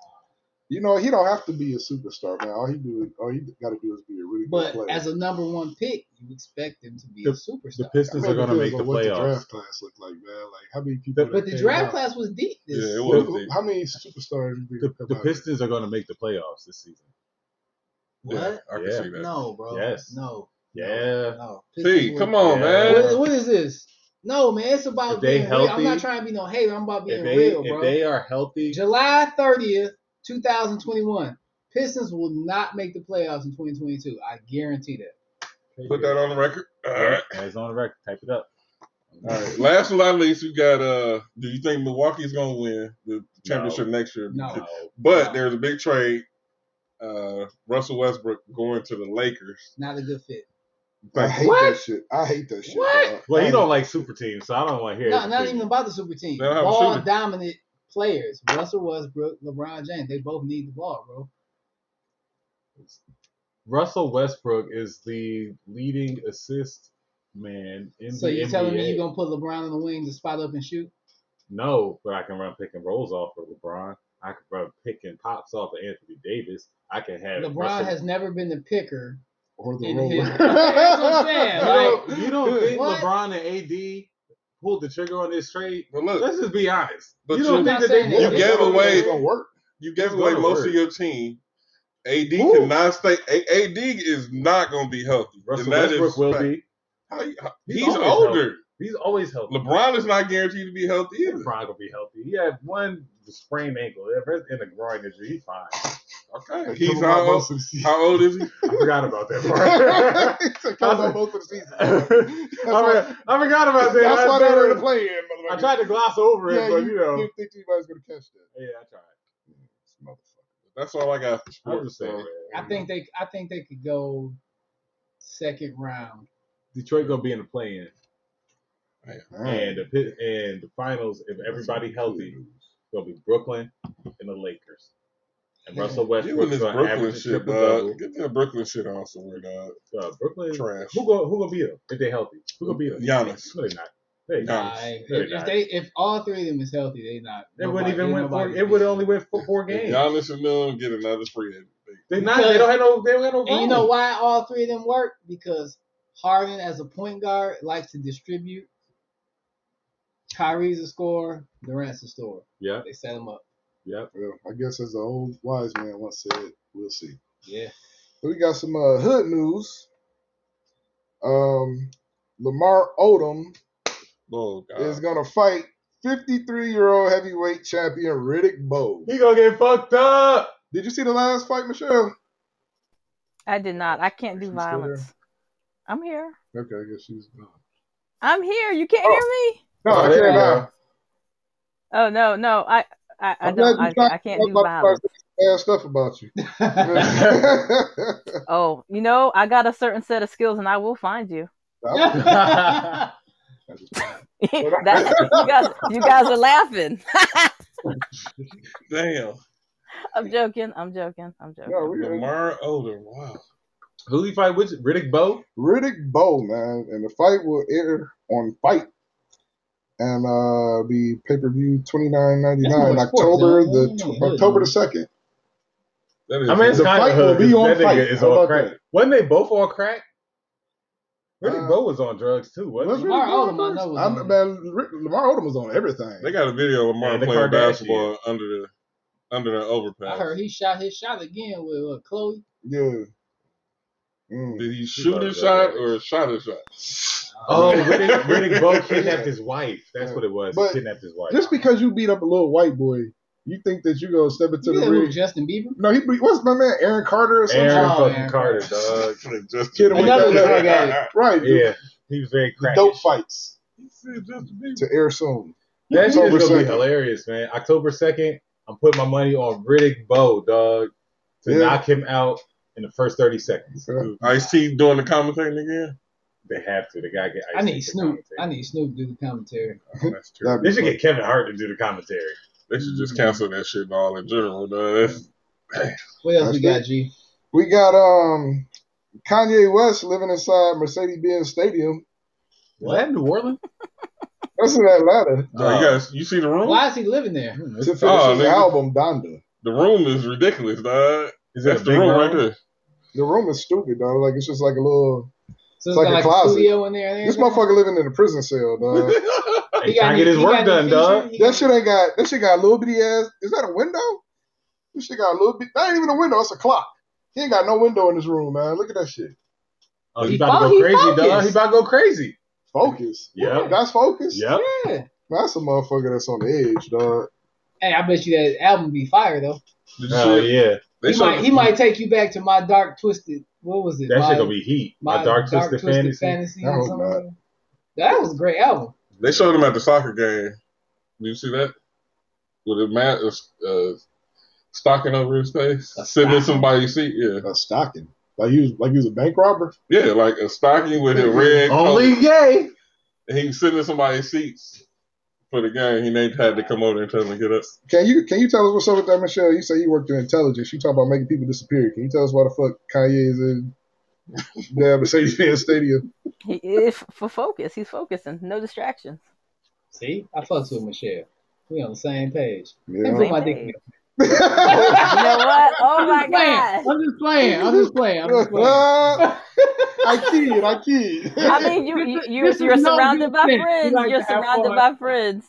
You know, he don't have to be a superstar, man. All he do, all he got to do is be a really
But
good player.
as a number one pick, you expect him to be a
The-
superstar.
The Pistons are
That
going to make
really depends
the
on what The
playoffs.
draft class look like, man. Like how many people?
But
that
but the
came
draft
out?
class was deep. This
Yeah, it
Who-
was.
who- How many superstars? you think
The,
come
the
out?
Pistons are going to make the playoffs this season.
Yeah,
What?
I can
Yeah.
see that.
No, bro.
Yes.
No.
Yeah.
No.
See,
Pistons
come
were-
on,
Yeah.
man.
What, what is this? No, man. It's about
If they
being real. I'm
healthy-
not trying to be no hater. I'm about being
If they
real, bro.
if they are healthy,
July 30th, 2021. Pistons will not make the playoffs in 2022. I guarantee that.
Put that on the record. All right.
It's on the record. Type it up.
All right. Last but not least, we got. uh Do you think Milwaukee's gonna win the championship next year?
No.
No.
But
No.
there's a big trade. Uh, Russell Westbrook going to the Lakers.
Not a good fit.
I
Thank
hate
What?
that shit. I hate that shit.
What?
dog.
Well, he
I-
don't like super teams, so I don't want to hear.
No,
his
not
opinion.
even about the super team.
They don't have a
Ball
shooter.
dominant players. Russell Westbrook, LeBron James. They both need the ball, bro.
Russell Westbrook is the leading assist man in
So
the
you
NBA.
telling me you're gonna put LeBron on the wing to spot up and shoot?
No, but I can run pick and rolls off of LeBron. I can run pick and pops off of Anthony Davis. I can have
LeBron
Russell-
has never been the picker.
Or the
In
roller.
his- That's what I'm
You
saying,
don't, you don't think
What?
LeBron and AD pulled the trigger on this trade?
But look,
Let's just be honest.
But
you don't
you-
think
I'm
that
saying
they
that-
You gave away-
It's gonna work.
you gave
It's
away
gonna
most
work.
of your team. AD
Who?
cannot stay. A- AD is not going to be healthy.
Russell
And that is
Westbrook will
fact.
be.
How you- how-
He's
He's,
always
older.
He's always healthy.
LeBron is not guaranteed to be healthy either.
LeBron will be healthy. He had one sprained ankle. If it's in the groin injury, he's fine.
Okay,
Like,
he's
come on,
how old?
most of the season.
How old is he?
I forgot about that part.
It's like, come on, most of the season.
I,
That's why-
forgot- I forgot about that.
that's
I,
why they were in
tried,
the play in,
I
motherfucker.
tried to gloss over it,
Yeah,
but
you,
you know.
you think anybody's gonna catch that?
Yeah, I tried.
That's all I got for
I'm
sports.
just saying.
so.
man.
I think they I think they could go second round.
Detroit gonna be in the play-in and the pit- and the finals if everybody healthy. Gonna be Brooklyn and the Lakers. And
Yeah.
Russell
You and
Westbrook's
this
gonna
Brooklyn
average a
shit,
triple
dog.
double.
Get that Brooklyn shit on somewhere, dog.
Uh, Brooklyn,
Trash.
who go who gonna beat them if they healthy? Who gonna beat them?
Giannis.
No, they not. They
Nah,
not.
Nah, if,
They're
if
not.
they if all three of them is healthy, they not.
They wouldn't
nobody-
even win four.
nobody-
It would only win four, four
If
games.
Giannis and them get another free agent.
They not. They don't have no. They don't have no.
And you
room.
know why all three of them work? Because Harden as a point guard likes to distribute. Kyrie's a scorer. Durant's a scorer.
Yeah.
They set him up.
Yep.
Well, I guess as the old wise man once said, we'll see.
Yeah.
We got some uh, hood news. Um, Lamar Odom
Oh God.
Uh,
is gonna fight 53 year old heavyweight champion Riddick Bowe.
He gonna get fucked up.
Did you see the last fight, Michelle?
I did not. I can't do
She's still there?
violence. I'm here.
Okay, I guess she's gone.
I'm here. You
Oh.
can't hear me.
No, I
there
can't.
you
now.
Oh no, no. I I, I
I'm glad
don't.
you
I,
tried
I
to
can't
talk
do
about the
violence.
Bad stuff about you.
Oh, you know, I got a certain set of skills, and I will find you. that, you guys, you guys are laughing.
Damn.
I'm joking. I'm joking. I'm joking.
no, we,
Lamar Odom. Wow.
Who he fight with? Riddick Bowe.
Riddick Bowe, man, and the fight will air on Fight and uh, be pay per view twenty nine ninety
That's more
nine
sports,
October the
though. That ain't
tw-
hood,
October the
man.
second.
That is.
I mean, it's
The
kind
fight
of
will
hood.
be on
that
fight.
nigga is
How
on
about
crack.
that?
Wasn't they both on crack? Really,
Uh,
Bo was on drugs too,
Let's
wasn't
Lamar
really go
Odom, I
first.
know, was
I'm-
on it.
man, Rick- Lamar Odom was on everything.
They got a video of Lamar
And the
playing
Kardashians.
basketball under the under the
I
overpass.
heard he shot his shot again with uh, Chloe.
Yeah. Mm.
Did he shoot
thought
his
about
shot
that.
or shot his shot?
Oh, where did, where did Bo kidnapped his wife? That's what it was.
But
he kidnapped his wife.
Just because you beat up a little white boy, you think that you gonna step into
You
the
know who
ring?
Justin Bieber?
No, he beat, what's my man Aaron Carter or something?
Aaron
Oh,
fucking
Aaron
Carter,
Uh,
dog.
just
Kid with
Another
that-
drug addict.
Right. dude.
Yeah, he was very
The
cracky.
dope fights
Justin
to air soon.
That shit is
October
gonna be
2nd.
hilarious, man. October second, I'm putting my money on Riddick Bowe, dog, to
Yeah.
knock him out in the first thirty seconds.
Yeah.
Ice T doing the commentating again.
They have to. They gotta get.
I
Ice
need
to
Snoop.
commentate.
I need Snoop to do the commentary.
Oh, that's true.
That'd be
They should
fun.
get Kevin Hart to do the commentary.
They should just cancel that shit all in general. Though. That's
What else
That's
we got,
it.
G?
We got um Kanye West living inside Mercedes Benz Stadium.
Was that in New Orleans?
That's in Atlanta.
No, you guys, you see the room?
Why is he living there? Hmm.
To
Is
finish
Oh,
his
nigga.
album Donda.
The room is ridiculous, dog. That's
a
the
big
room
room?
right there.
The room is stupid, dog. Like it's just like a little.
So
It's
it's
like
got
a
like a
closet.
studio in there. and
This
everything?
motherfucker living in a prison cell, dog.
He trying to
got
get
any-
his
he
work
got
done,
any
dog.
features? He
That
got-
shit ain't got. That shit got a little bitty ass. Is that a window? This shit got a little bit. That ain't even a window. It's a clock. He ain't got no window in this room, man. Look at that shit.
Oh, he
He
about to
fo-
go
he
crazy, dog.
focused.
He about to go crazy.
Focus.
Yep.
That's focus.
Yep.
Yeah.
That's a motherfucker that's on the edge, dog.
Hey, I bet you that album be fire though.
Did you
Oh
see it?
yeah.
They
he
showed
might
the-
he might take you back to my dark twisted. What was it?
That
my,
shit gonna be heat. My, dark, twisted, fantasy.
fantasy.
I
or
hope
something
not.
like that. That was a great album.
They showed him at the soccer game. Did you see that? With a mat, uh, stocking over his face,
A
sitting in
stocking?
somebody's seat. Yeah,
A stocking. Like he was like he was a bank robber.
yeah, like a stocking with a red.
Only
Coat.
gay.
And he was sitting in somebody's seats for the game. He they had to come over and tell him to get up.
Can you can you tell us what's up with that, Michelle? You say you worked in intelligence. You talk about making people disappear. Can you tell us why the fuck Kanye is in damn Mercedes Benz Stadium?
He is for focus. He's focusing. No distractions.
See, I fucks with Michelle. We on the same page. Let me
Yeah.
put my dick in there.
You know what? Oh my
I'm just playing.
god.
I'm just playing. I'm just playing. I'm just playing.
I kid, I kid.
I mean, you you
This is-
you're,
this
you're
is no good
surrounded by
sense. We
friends.
like to
you're
have
surrounded
fun.
by friends.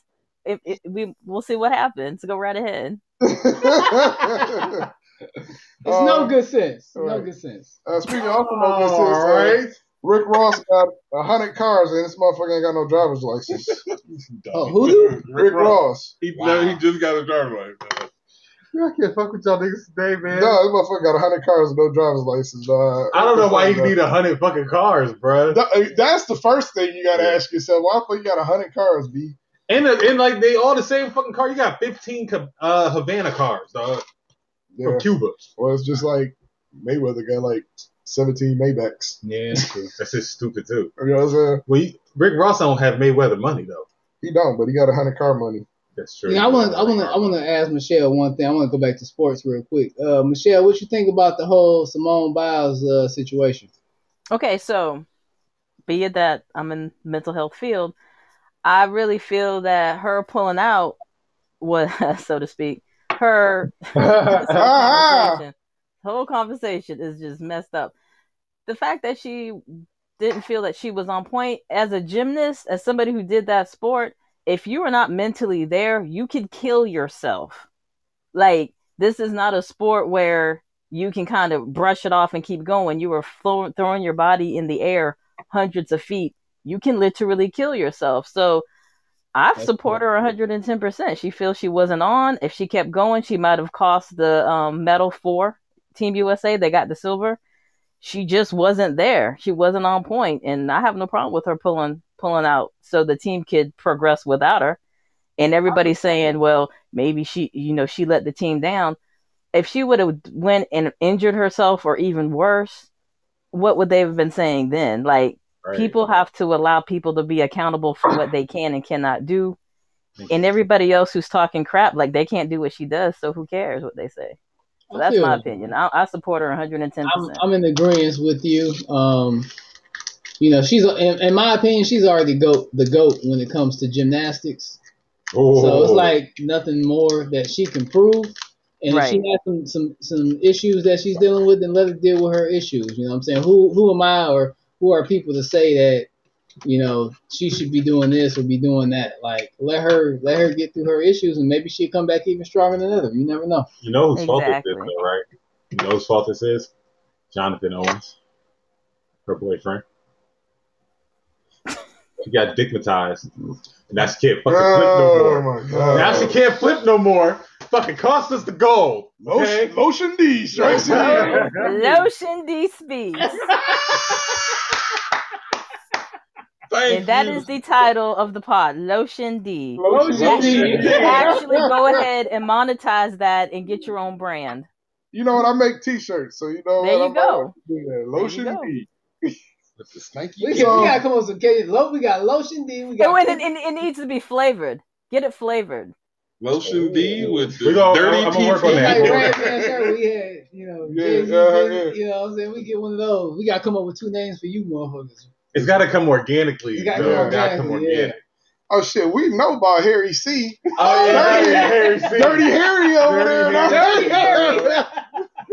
If, if we we'll see what happens. Go right ahead.
uh,
It's no good sense. No
right.
good sense.
Um, uh, speaking of no good sense,
All
uh,
right.
Rick Ross got a hundred cars and this motherfucker ain't got no driver's license.
Oh, who?
Rick Ross.
He,
Wow.
no, he just got a driver license.
I can't fuck with y'all niggas today, man.
No, this motherfucker got a hundred cars and no driver's license, dog.
I don't know why you
Dog.
need a hundred fucking cars, bruh.
Th- uh, That's the first thing you gotta ask yourself. Why the fuck you got hundred cars, B?
And, uh, and like they all the same fucking car. You got fifteen ca- uh, Havana cars, dog,
Yeah.
from Cuba.
Well, it's just like Mayweather got like seventeen Maybachs.
Yeah, that's true. That's just stupid too.
You know what I'm saying?
Well, you, Rick Ross don't have Mayweather money though.
He don't, but he got a hundred car money.
That's true.
Yeah, I want to. I want to. I want to ask Michelle one thing. I want to go back to sports real quick. Uh, Michelle, what you think about the whole Simone Biles uh, situation?
Okay, so be it that I'm in mental health field, I really feel that her pulling out was, so to speak, her
Ah,
this whole
Uh-huh.
conversation, the whole conversation is just messed up. The fact that she didn't feel that she was on point as a gymnast, as somebody who did that sport, if you are not mentally there, you could kill yourself. Like this is not a sport where you can kind of brush it off and keep going. You are flo- throwing your body in the air hundreds of feet. You can literally kill yourself. So I
That's
support her 110%. She feels she wasn't on. If she kept going, she might have cost the um, medal for Team USA. They got the silver. She just wasn't there. She wasn't on point, and I have no problem with her pulling pulling out so the team could progress without her. And everybody's saying, well, maybe she, you know, she let the team down. If she would have went and injured herself or even worse, what would they have been saying then? Like people have to allow people to be accountable for what they can and cannot do and everybody else who's talking crap like they can't do what she does so who cares what they say so that's my opinion i, I support her 110%
I'm, I'm in agreement with you. Um, you know, she's in, in my opinion, she's already goat the goat when it comes to gymnastics. So it's like nothing more that she can prove. And if she
Right.
has some, some some issues that she's dealing with, then let her deal with her issues. You know what I'm saying? Who who am I or who are people to say that you know she should be doing this or be doing that? Like let her let her get through her issues and maybe she'll come back even stronger than ever. You never know.
You know whose fault this
Exactly.
is, though, right? You know whose fault this is? Jonathan Owens, her boyfriend. She got digmatized. Now she can't fucking flip no
Oh
more.
my god.
Now she can't flip no more. Fucking cost us the gold. Okay?
Lotion, lotion D strikes again.
Lotion D speeds.
Thank
And that
you.
is the title of the pod, Lotion D.
Lotion
You
D.
can actually go ahead and monetize that and get your own brand.
You know what? I make t-shirts, so you know
There
what?
you
I might
go.
have to do that. Lotion
go.
D.
With the stanky-
We,
So-
got- we gotta come up with some cases. Lo- we got lotion D. We
And
got
when it, it, it needs to be flavored. Get it flavored.
Lotion D with the
We gonna-
dirty
I'm- I'm gonna
TP.
work on
It's
that.
like Red Man shirt. We had, you know,
Yeah,
Jay-Z,
uh,
Jay-Z, you know what I'm saying? We get one of those. We got to come up with two names for you motherfuckers.
It's got to come organically.
It's gotta
though.
come
It's gotta come
organically, yeah.
organic.
Oh shit, we know about Harry C.
Oh, yeah.
Dirty-
Harry, Harry C.
Dirty Harry over
Dirty
there.
Harry.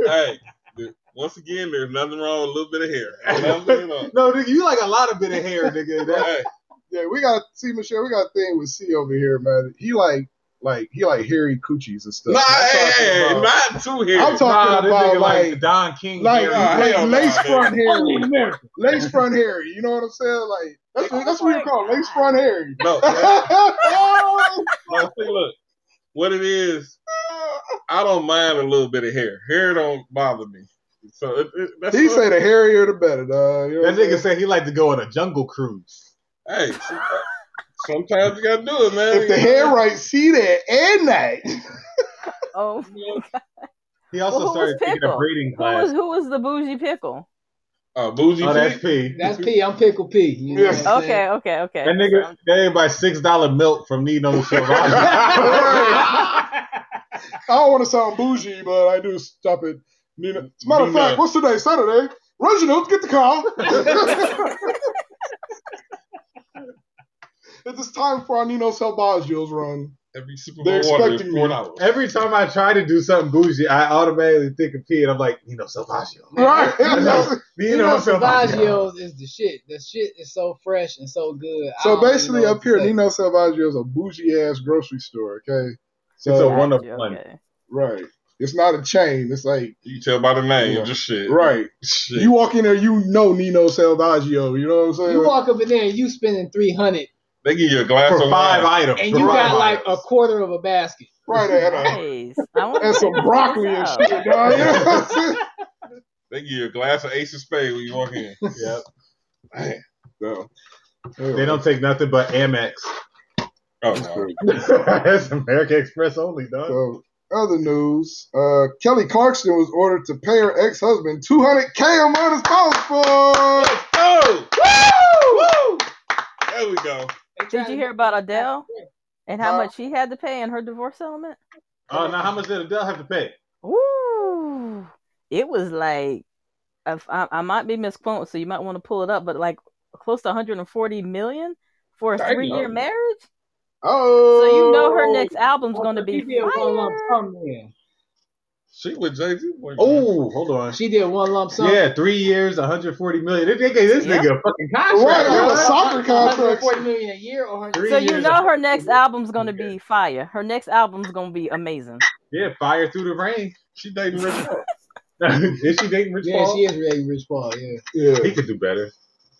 Hey, th- once again, there's nothing wrong with a little bit of hair. Nothing at all.
No, nigga, you like a lot of bit of hair, nigga. That-
Hey,
Yeah, we got see Michelle. We got a thing with C over here, man. He like like he like hairy coochies and stuff.
nah,
I'm
hey,
talking
hey,
about-
not too hairy.
I'm talking
nah, this
about,
nigga
like-
like, the Don King.
like,
hair.
uh,
Nah,
like
hell no,
lace
man.
front hair,
America.
lace front hair. You know what I'm saying? Like that's what, that's what
Oh
you call lace front hair.
No,
oh,
no, see, look, what it is, I don't mind a little bit of hair. Hair don't bother me. So it, it, that's
he
what-
say the hairier the better, dog. You know
That
what I'm saying?
nigga said he like to go on a jungle cruise.
Hey, sometimes you gotta do it, man.
if the hair right, see that and that.
Oh,
He also
Well, who
started
was
taking a
Pickle?
breeding
who was
class.
who was the bougie pickle?
Uh, bougie
Oh, that's
feet.
P.
That's P. I'm Pickle P. You know what I'm saying?
Okay, okay, okay.
That nigga, that ain't buy six dollar milk from Nino Shavazzi.
I don't want to sound bougie, but I do stop it. Nina. As a matter of
Nina.
fact, what's today? Saturday. Reginald, get the car. it is time for our Nino Salvaggio's run.
Every super
They're
Bowl water is
expecting
four
me.
dollars.
Every time I try to do something bougie, I automatically think of P, and I'm like, Nino Salvaggio.
Right?
Nino,
You know,
Salvaggio.
Savagio's is the shit. The shit is so fresh and so good. I
so
don't even
basically,
know
up
what to
here,
say.
Nino Salvaggio is a bougie ass grocery store. Okay, so
It's a
Got
one of
you,
one.
okay.
right, it's not a chain. It's like
You can tell by the name,
Yeah.
just shit.
right.
Shit.
You walk in there, you know Nino Salvaggio. You know what I'm saying?
You walk up in there and you spending three hundred,
they give you a glass
For
of
five
wine.
items.
and
For
you
five
got like a
items.
quarter of a basket.
right at a
Nice. I want
and some broccoli and shit, dog. You know what I'm saying?
They give you a glass of Ace of Spades when you walk in. Oh,
Yep.
Man.
No.
They don't take nothing but Amex.
Oh,
That's
no.
crazy.
That's American Express only, dog.
So, other news: uh, Kelly Clarkson was ordered to pay her ex-husband 200k a month as pounds for.
Let's go! Oh! Woo! There we go.
Did you hear about Adele and how
Huh?
much she had to pay in her divorce settlement?
Oh, now how much did Adele have to pay?
Ooh, it was like if I, I might be misquoting, so you might want to pull it up, but like close to 140 million for a
Damn.
three-year marriage.
Oh,
So you know her next album's going to
She
be
did one lump
fire.
sum then.
She with Jay Z.
Oh, hold on.
She did one lump sum.
Yeah, three years, 140 million. They they gave this
Yeah.
nigga a fucking
Right,
contract.
I was-
Right,
soccer contracts.
140 million a year or 100
Three
So you
years
know
of-
her next album's going to be fire. Her next album's going to be amazing.
yeah, fire through the rain.
She dating Rich Paul.
Is she dating Rich
Yeah,
Paul?
she is really Rich Paul. Yeah,
yeah.
He could do better.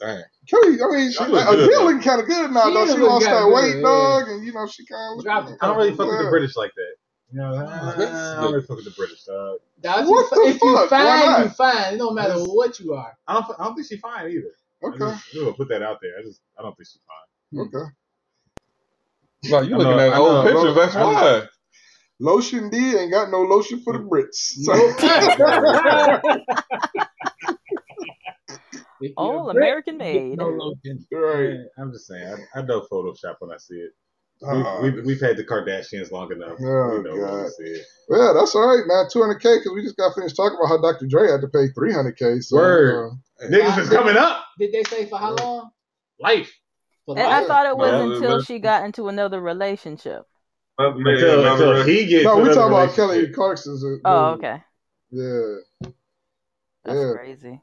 Dang.
Kelly, I mean, she,
She look
Adele
good, though.
looking kind of good now,
She
though.
is
She
looking
lost
kinda
that
good,
weight,
yeah.
dog, and you know she kind
Dropped
of.
it.
I don't really fuck with the
Yeah.
British like that. You know, I don't- I don't really fuck with the British, dog.
Now, if you,
What the
if you
fuck? Why
fine, you
not?
fine. It don't matter what you are.
I don't, I don't think she's fine either. I
Okay,
just, I'm gonna put that out there. I just, I don't think she's fine.
okay.
No, you
I
looking
know-
at
I
old
know,
pictures.
bro.
That's
I know.
why.
Lotion D ain't got no lotion for the Brits. So,
If you're
All
a Brit,
American
you
made.
get No lotion.
right.
Yeah, I'm just saying. I, I know Photoshop when I see it.
Uh,
We've, we've, we've had the Kardashians long enough.
Oh,
we know when
God.
we see it.
Yeah, that's all right, man. 200K, because we just got finished talking about how Dr. Dre had to pay 300K. So,
Word.
uh,
Niggas is coming up.
Did they say for how long?
Life.
For
And I
Yeah.
life.
thought it was
No,
until
but-
she got into another relationship.
That's made
Until,
another
until
record.
he gets
no, we
another
talking about Kelly
relationship.
Clarkson's. uh,
Oh,
dude.
okay.
Yeah.
Oh, That's
Yeah.
crazy.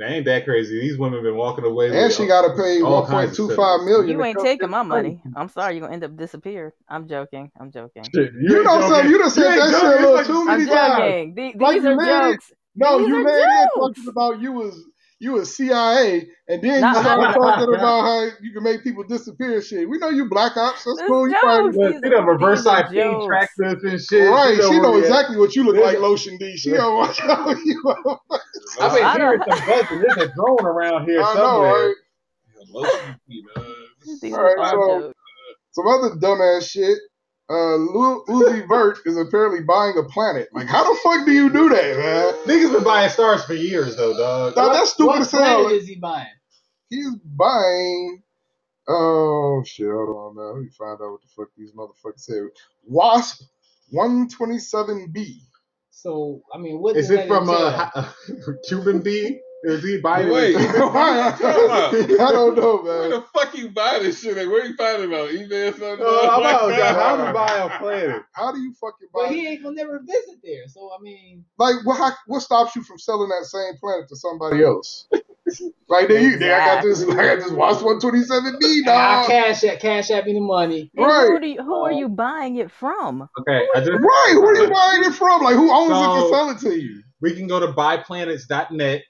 They ain't that crazy. These women been walking away.
And
with
she got to pay
all
one
kinds
point
of
two five
settlements.
million.
You
to
ain't
come
taking my
here.
money. I'm sorry, you're gonna end up disappeared. I'm joking. I'm joking.
Shit,
You
ain't
know
joking.
something, you done said
ain't
that shit
joking.
a little
It's
too
like-
many
I'm
times.
joking. The-
Like
These
you
are
made it-
jokes.
No,
These
you
are
man there
jokes.
talking about you was you was CIA, and then you
Nah, I
started
was.
talking about how you can make people disappear. and Shit, we know you black ops. That's
This
cool. You
is
probably
jokes.
Look,
These
she
are-
done reverse
these are
IP
jokes.
tracked us and shit.
right. She know
where we at.
exactly what you look
This-
like, Lotion D. She don't watch out. You know?
I've
Oh,
been
I
hearing
don't.
some buzzing. There's a drone around here
I know,
somewhere.
right?
These
All right,
are all
so-
jokes.
Some other dumbass shit. Uh, Lu- Uzi Vert is apparently buying a planet. Like, how the fuck do you do that, man?
Niggas been buying stars for years though, dog.
Now,
What-
that's stupid
What
as hell.
planet is he buying?
He's buying Oh shit, hold on man. Let me find out what the fuck these motherfuckers say. Wasp 127B.
So I mean, what
Is
does
it
that
from
entail?
uh, Cuban B? Is he buying it?
Wait.
I don't know,
Where
man.
the fuck you buy this shit at? Where you find it on eBay or something?
Oh, I'm out, dog. How do you
Like-
buy a planet?
How do you fucking buy
But he ain't gonna never visit there. So I mean,
like what how, what stops you from selling that same planet to somebody else? Like there you there I got this I got this Wasp 127B
I
dog.
cash that cash app me the money.
And
Right.
who do you, who are you buying it from?
Okay, I just
Right, where are you buying it from? Like who owns it to
So-
sell it to you?
we can go to buyplanets.net,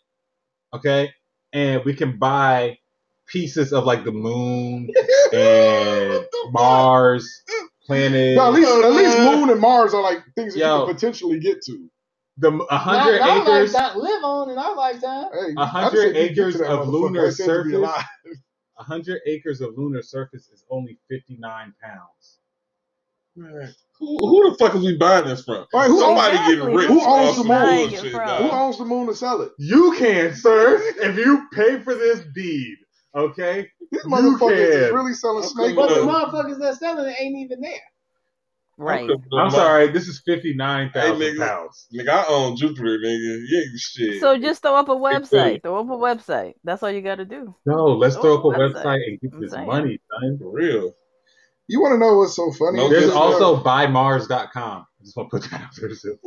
okay, and we can buy pieces of like the moon and
What the fuck?
Mars, planets.
No, at least at least Moon and Mars are like things that you
Yo.
could potentially get to.
the a
Not
hundred
in our
acres,
lifetime, live on in our lifetime.
Hey,
a
I said
hundred
you get to
acres
that
of
motherfucker.
lunar
I said you be
surface.
alive.
A hundred acres of lunar surface is only fifty nine pounds.
Man, Who, who the fuck is we buying this from?
All right, who owns
Somebody
Exactly.
getting rich.
Who owns
off
the
some
moon?
Buying
bullshit,
it from.
who
dog.
owns the moon to sell it?
You can, sir, if you pay for this deed. Okay,
These
You
motherfuckers is
can.
really selling
I'm
snake
coming
But the
oil.
up.
motherfuckers that selling it ain't even there.
Right.
I'm sorry. This is fifty nine
Hey,
thousand
nigga.
pounds.
Nigga, I own Jupiter, nigga. You ain't shit.
So just throw up a
Big thing.
website. Throw up a website. That's all you got to do.
No, let's
Throw
throw up
up a
a
website.
website and get
I'm
this
saying.
money, son.
For real.
You want to know what's so funny?
No,
It's
There's
just, uh,
also buymars.com. I just want to put that out there too.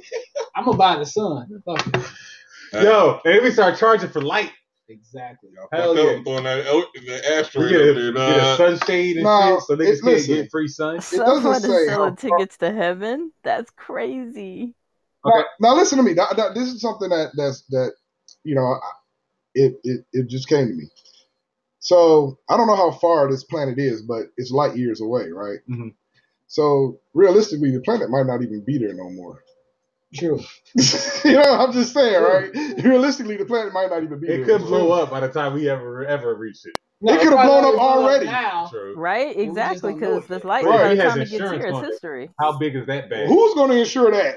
I'm gonna buy the sun. Fuck it.
Yo, and if we start charging for light,
Exactly.
Y'all
Hell
fucked up
yeah.
throwing that el- the
we
asteroid
get a,
up there,
we get a
dog.
sunshade and
No,
shit, so
it-
niggas can't
listen.
get free sun.
it doesn't
Someone is
say how.
selling tickets to heaven. That's crazy.
Now,
Okay.
now listen to me. Now- now, this is something that that's that you know I- it, it it just came to me. So I don't know how far this planet is, but it's light years away, right?
Mhm.
So realistically, the planet might not even be there no more.
True.
you know, I'm just saying, right? Realistically, the planet might not even be there.
It could
no more.
blow up by the time we ever ever reach it.
No,
It could've
probably
blown up
would've
already.
now.
True.
Right?
we just
Exactly.
don't know
Because
it
this
yet.
light,
Right.
by
He
the
has
time it gets
insurance
here, it's
on it.
history.
How big is that bag?
Who's going to insure that?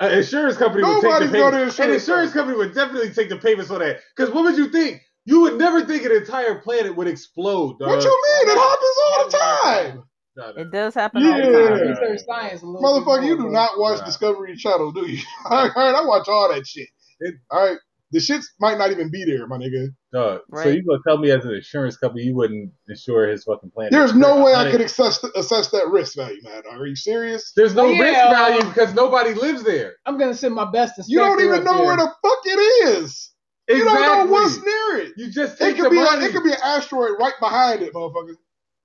An insurance company would take the
Nobody's going
payment.
to
An
insure
insurance company would definitely take the payments on that. Because what would you think? You would never think an entire planet would explode, dog.
What you mean? It happens all the time.
No, no.
It does happen all
I
the
gotta
time.
Yeah.
research science a little bit
Motherfucker,
more,
you do
bro.
not watch
Nah.
Discovery Channel, do you? all right, I watch all that shit.
It-
All right. The shits might not even be there, my nigga.
Dog, so
Right.
you gonna tell me as an insurance company you wouldn't insure his fucking planet?
There's no way I
Honey,
could assess, assess that risk value, man. Are you serious?
There's no
Yeah.
risk value because nobody lives there.
I'm gonna send my best inspector.
You don't even
up
know
there.
where the fuck it is. You don't know what's
Exactly.
near it.
You just
It
take
could
the
be a,
money.
it could be an asteroid right behind it, motherfucker.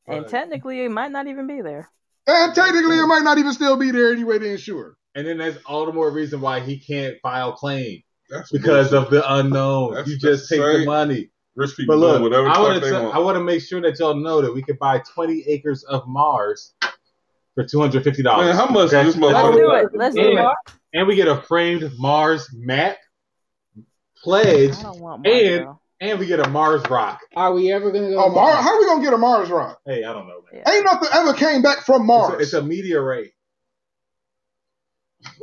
And technically, it might not even be there.
And technically, it might not even still be there anyway to insure.
and then that's all the more reason why he can't file claim
That's
because
bullshit.
of the unknown.
That's
you just
the
take the
same-
money.
rich people
But
doing
look,
whatever the
I
fuck
want
they
to I
want.
want to make sure that y'all know that we could buy 20 acres of Mars for 250
Man,
dollars.
how much
Okay?
is this
Let's
That's
motherfucker?
do
what
it.
we-
Let's do
and,
it.
and we get a framed Mars map, pledge,
I don't want Mars,
and
though.
and we get a Mars rock.
Are we ever gonna go?
A
to
Oh, Mar-
Mars?
how we gonna get a Mars rock?
Hey, I don't know, man.
Yeah.
Ain't nothing ever came back from
It's a,
Mars.
it's a meteorite.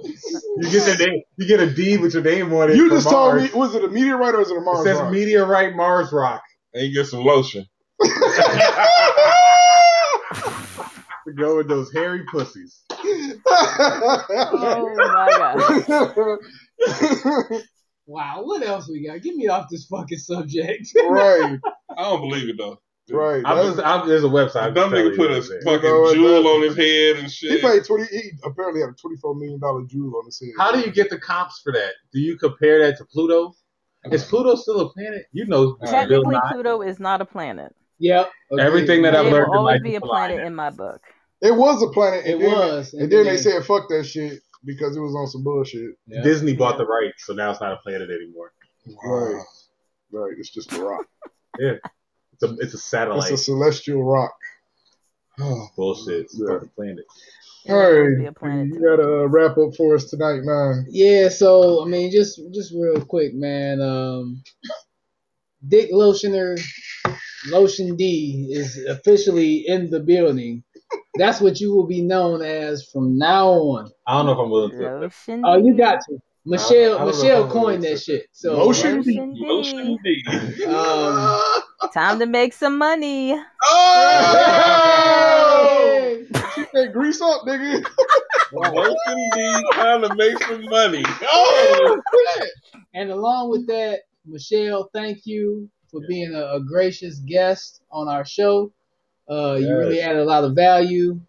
You get the name. You get a deed with your name on it.
you
for
just
Mars.
told me, was it a meteorite or is it a Mars
it says
rock?
meteorite Mars rock.
And you get some lotion.
We go with those hairy pussies.
Oh my God.
Wow. What else we got? Get me off this fucking subject.
right,
I don't believe it though.
right.
I'm
That's-
just, I'm, there's a website.
The
I'm
dumb
just
nigga
telling you
put a
what's there.
fucking
You know what,
jewel
that-
on his head and
he
shit.
paid twenty. He apparently had a twenty-four million dollar jewel on his head.
How do you get the comps for that? Do you compare that to Pluto? Is Pluto still a planet? You know, uh, it's still
Technically,
not.
Pluto is not a planet.
Yep. agreed.
Everything that
It
I learned
will
in
always
life
be
is
a
blind.
planet in my book.
It was a planet.
It
and then-
was.
And then they said fuck that shit because it was on some bullshit.
Yeah.
Disney bought the rights, so now it's not a planet anymore.
Right. Right. It's just a rock.
It's a it's a satellite.
It's a celestial rock.
Bullshit. It's
Yeah.
not a planet.
It
All
will always
right.
be a planet
You
to me.
gotta uh, wrap up for us tonight, man.
Yeah, so I mean, just just real quick, man. Um, Dick Lotioner, Lotion D is officially in the building. That's what you will be known as from now on.
I don't know if I'm willing to.
Lotion.
Oh, you got to
I
Michelle.
don't know if
Michelle
I'm gonna
coined that
accept
shit. So
Lotion D.
Lotion
Lotion
D.
D.
Um,
Time to make some money.
Oh! she said grease up, nigga.
Lotion D trying to make some money. Oh,
and along with that, Michelle, thank you for being a, a gracious guest on our show. Uh, You really added a lot of value,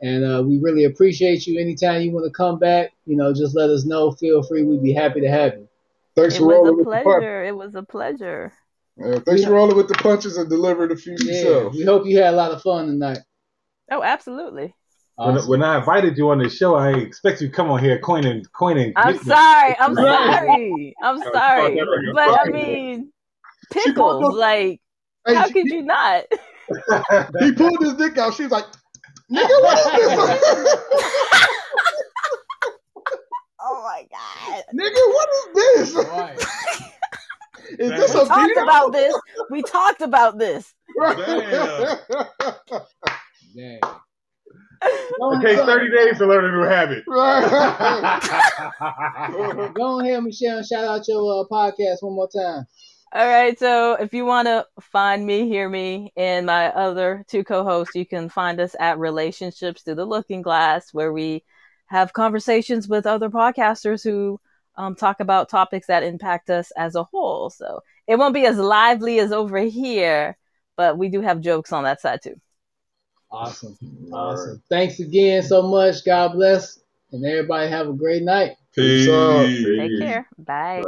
and uh, we really appreciate you. Anytime you want to come back, you know, just let us know. Feel free; we'd be happy to have you.
Thanks
It
for
was
rolling
a
with the punch.
pleasure. It was a pleasure.
Yeah, thanks for rolling with the punches and delivering the future
Yeah,
yourself.
we hope you had a lot of fun tonight.
Oh, absolutely.
When,
Awesome.
when I invited you on the show, I expect you to come on here coining coining.
I'm
nicknames.
sorry. I'm
Right.
sorry. I'm
Oh,
sorry.
fuck, I'm
But I
sorry.
mean,
She pulled
pickles.
up-
Like,
Hey,
how
she-
could you not?
he pulled his dick out. She's like, nigga, what is this?
Oh my god.
nigga, what is this?
Right.
Is this
We
a
talked
beat?
about this. We talked about this.
Right.
Dang.
It takes 30 days to learn a new habit.
right.
Go ahead, Michelle, and shout out your uh, podcast one more time.
All right, so if you want to find me, hear me, and my other two co hosts, you can find us at Relationships Through the Looking Glass, where we have conversations with other podcasters who um, talk about topics that impact us as a whole. So it won't be as lively as over here, but we do have jokes on that side too.
Awesome. Awesome. Thanks again so much. God bless, and everybody have a great night.
Peace out.
Take care. Bye.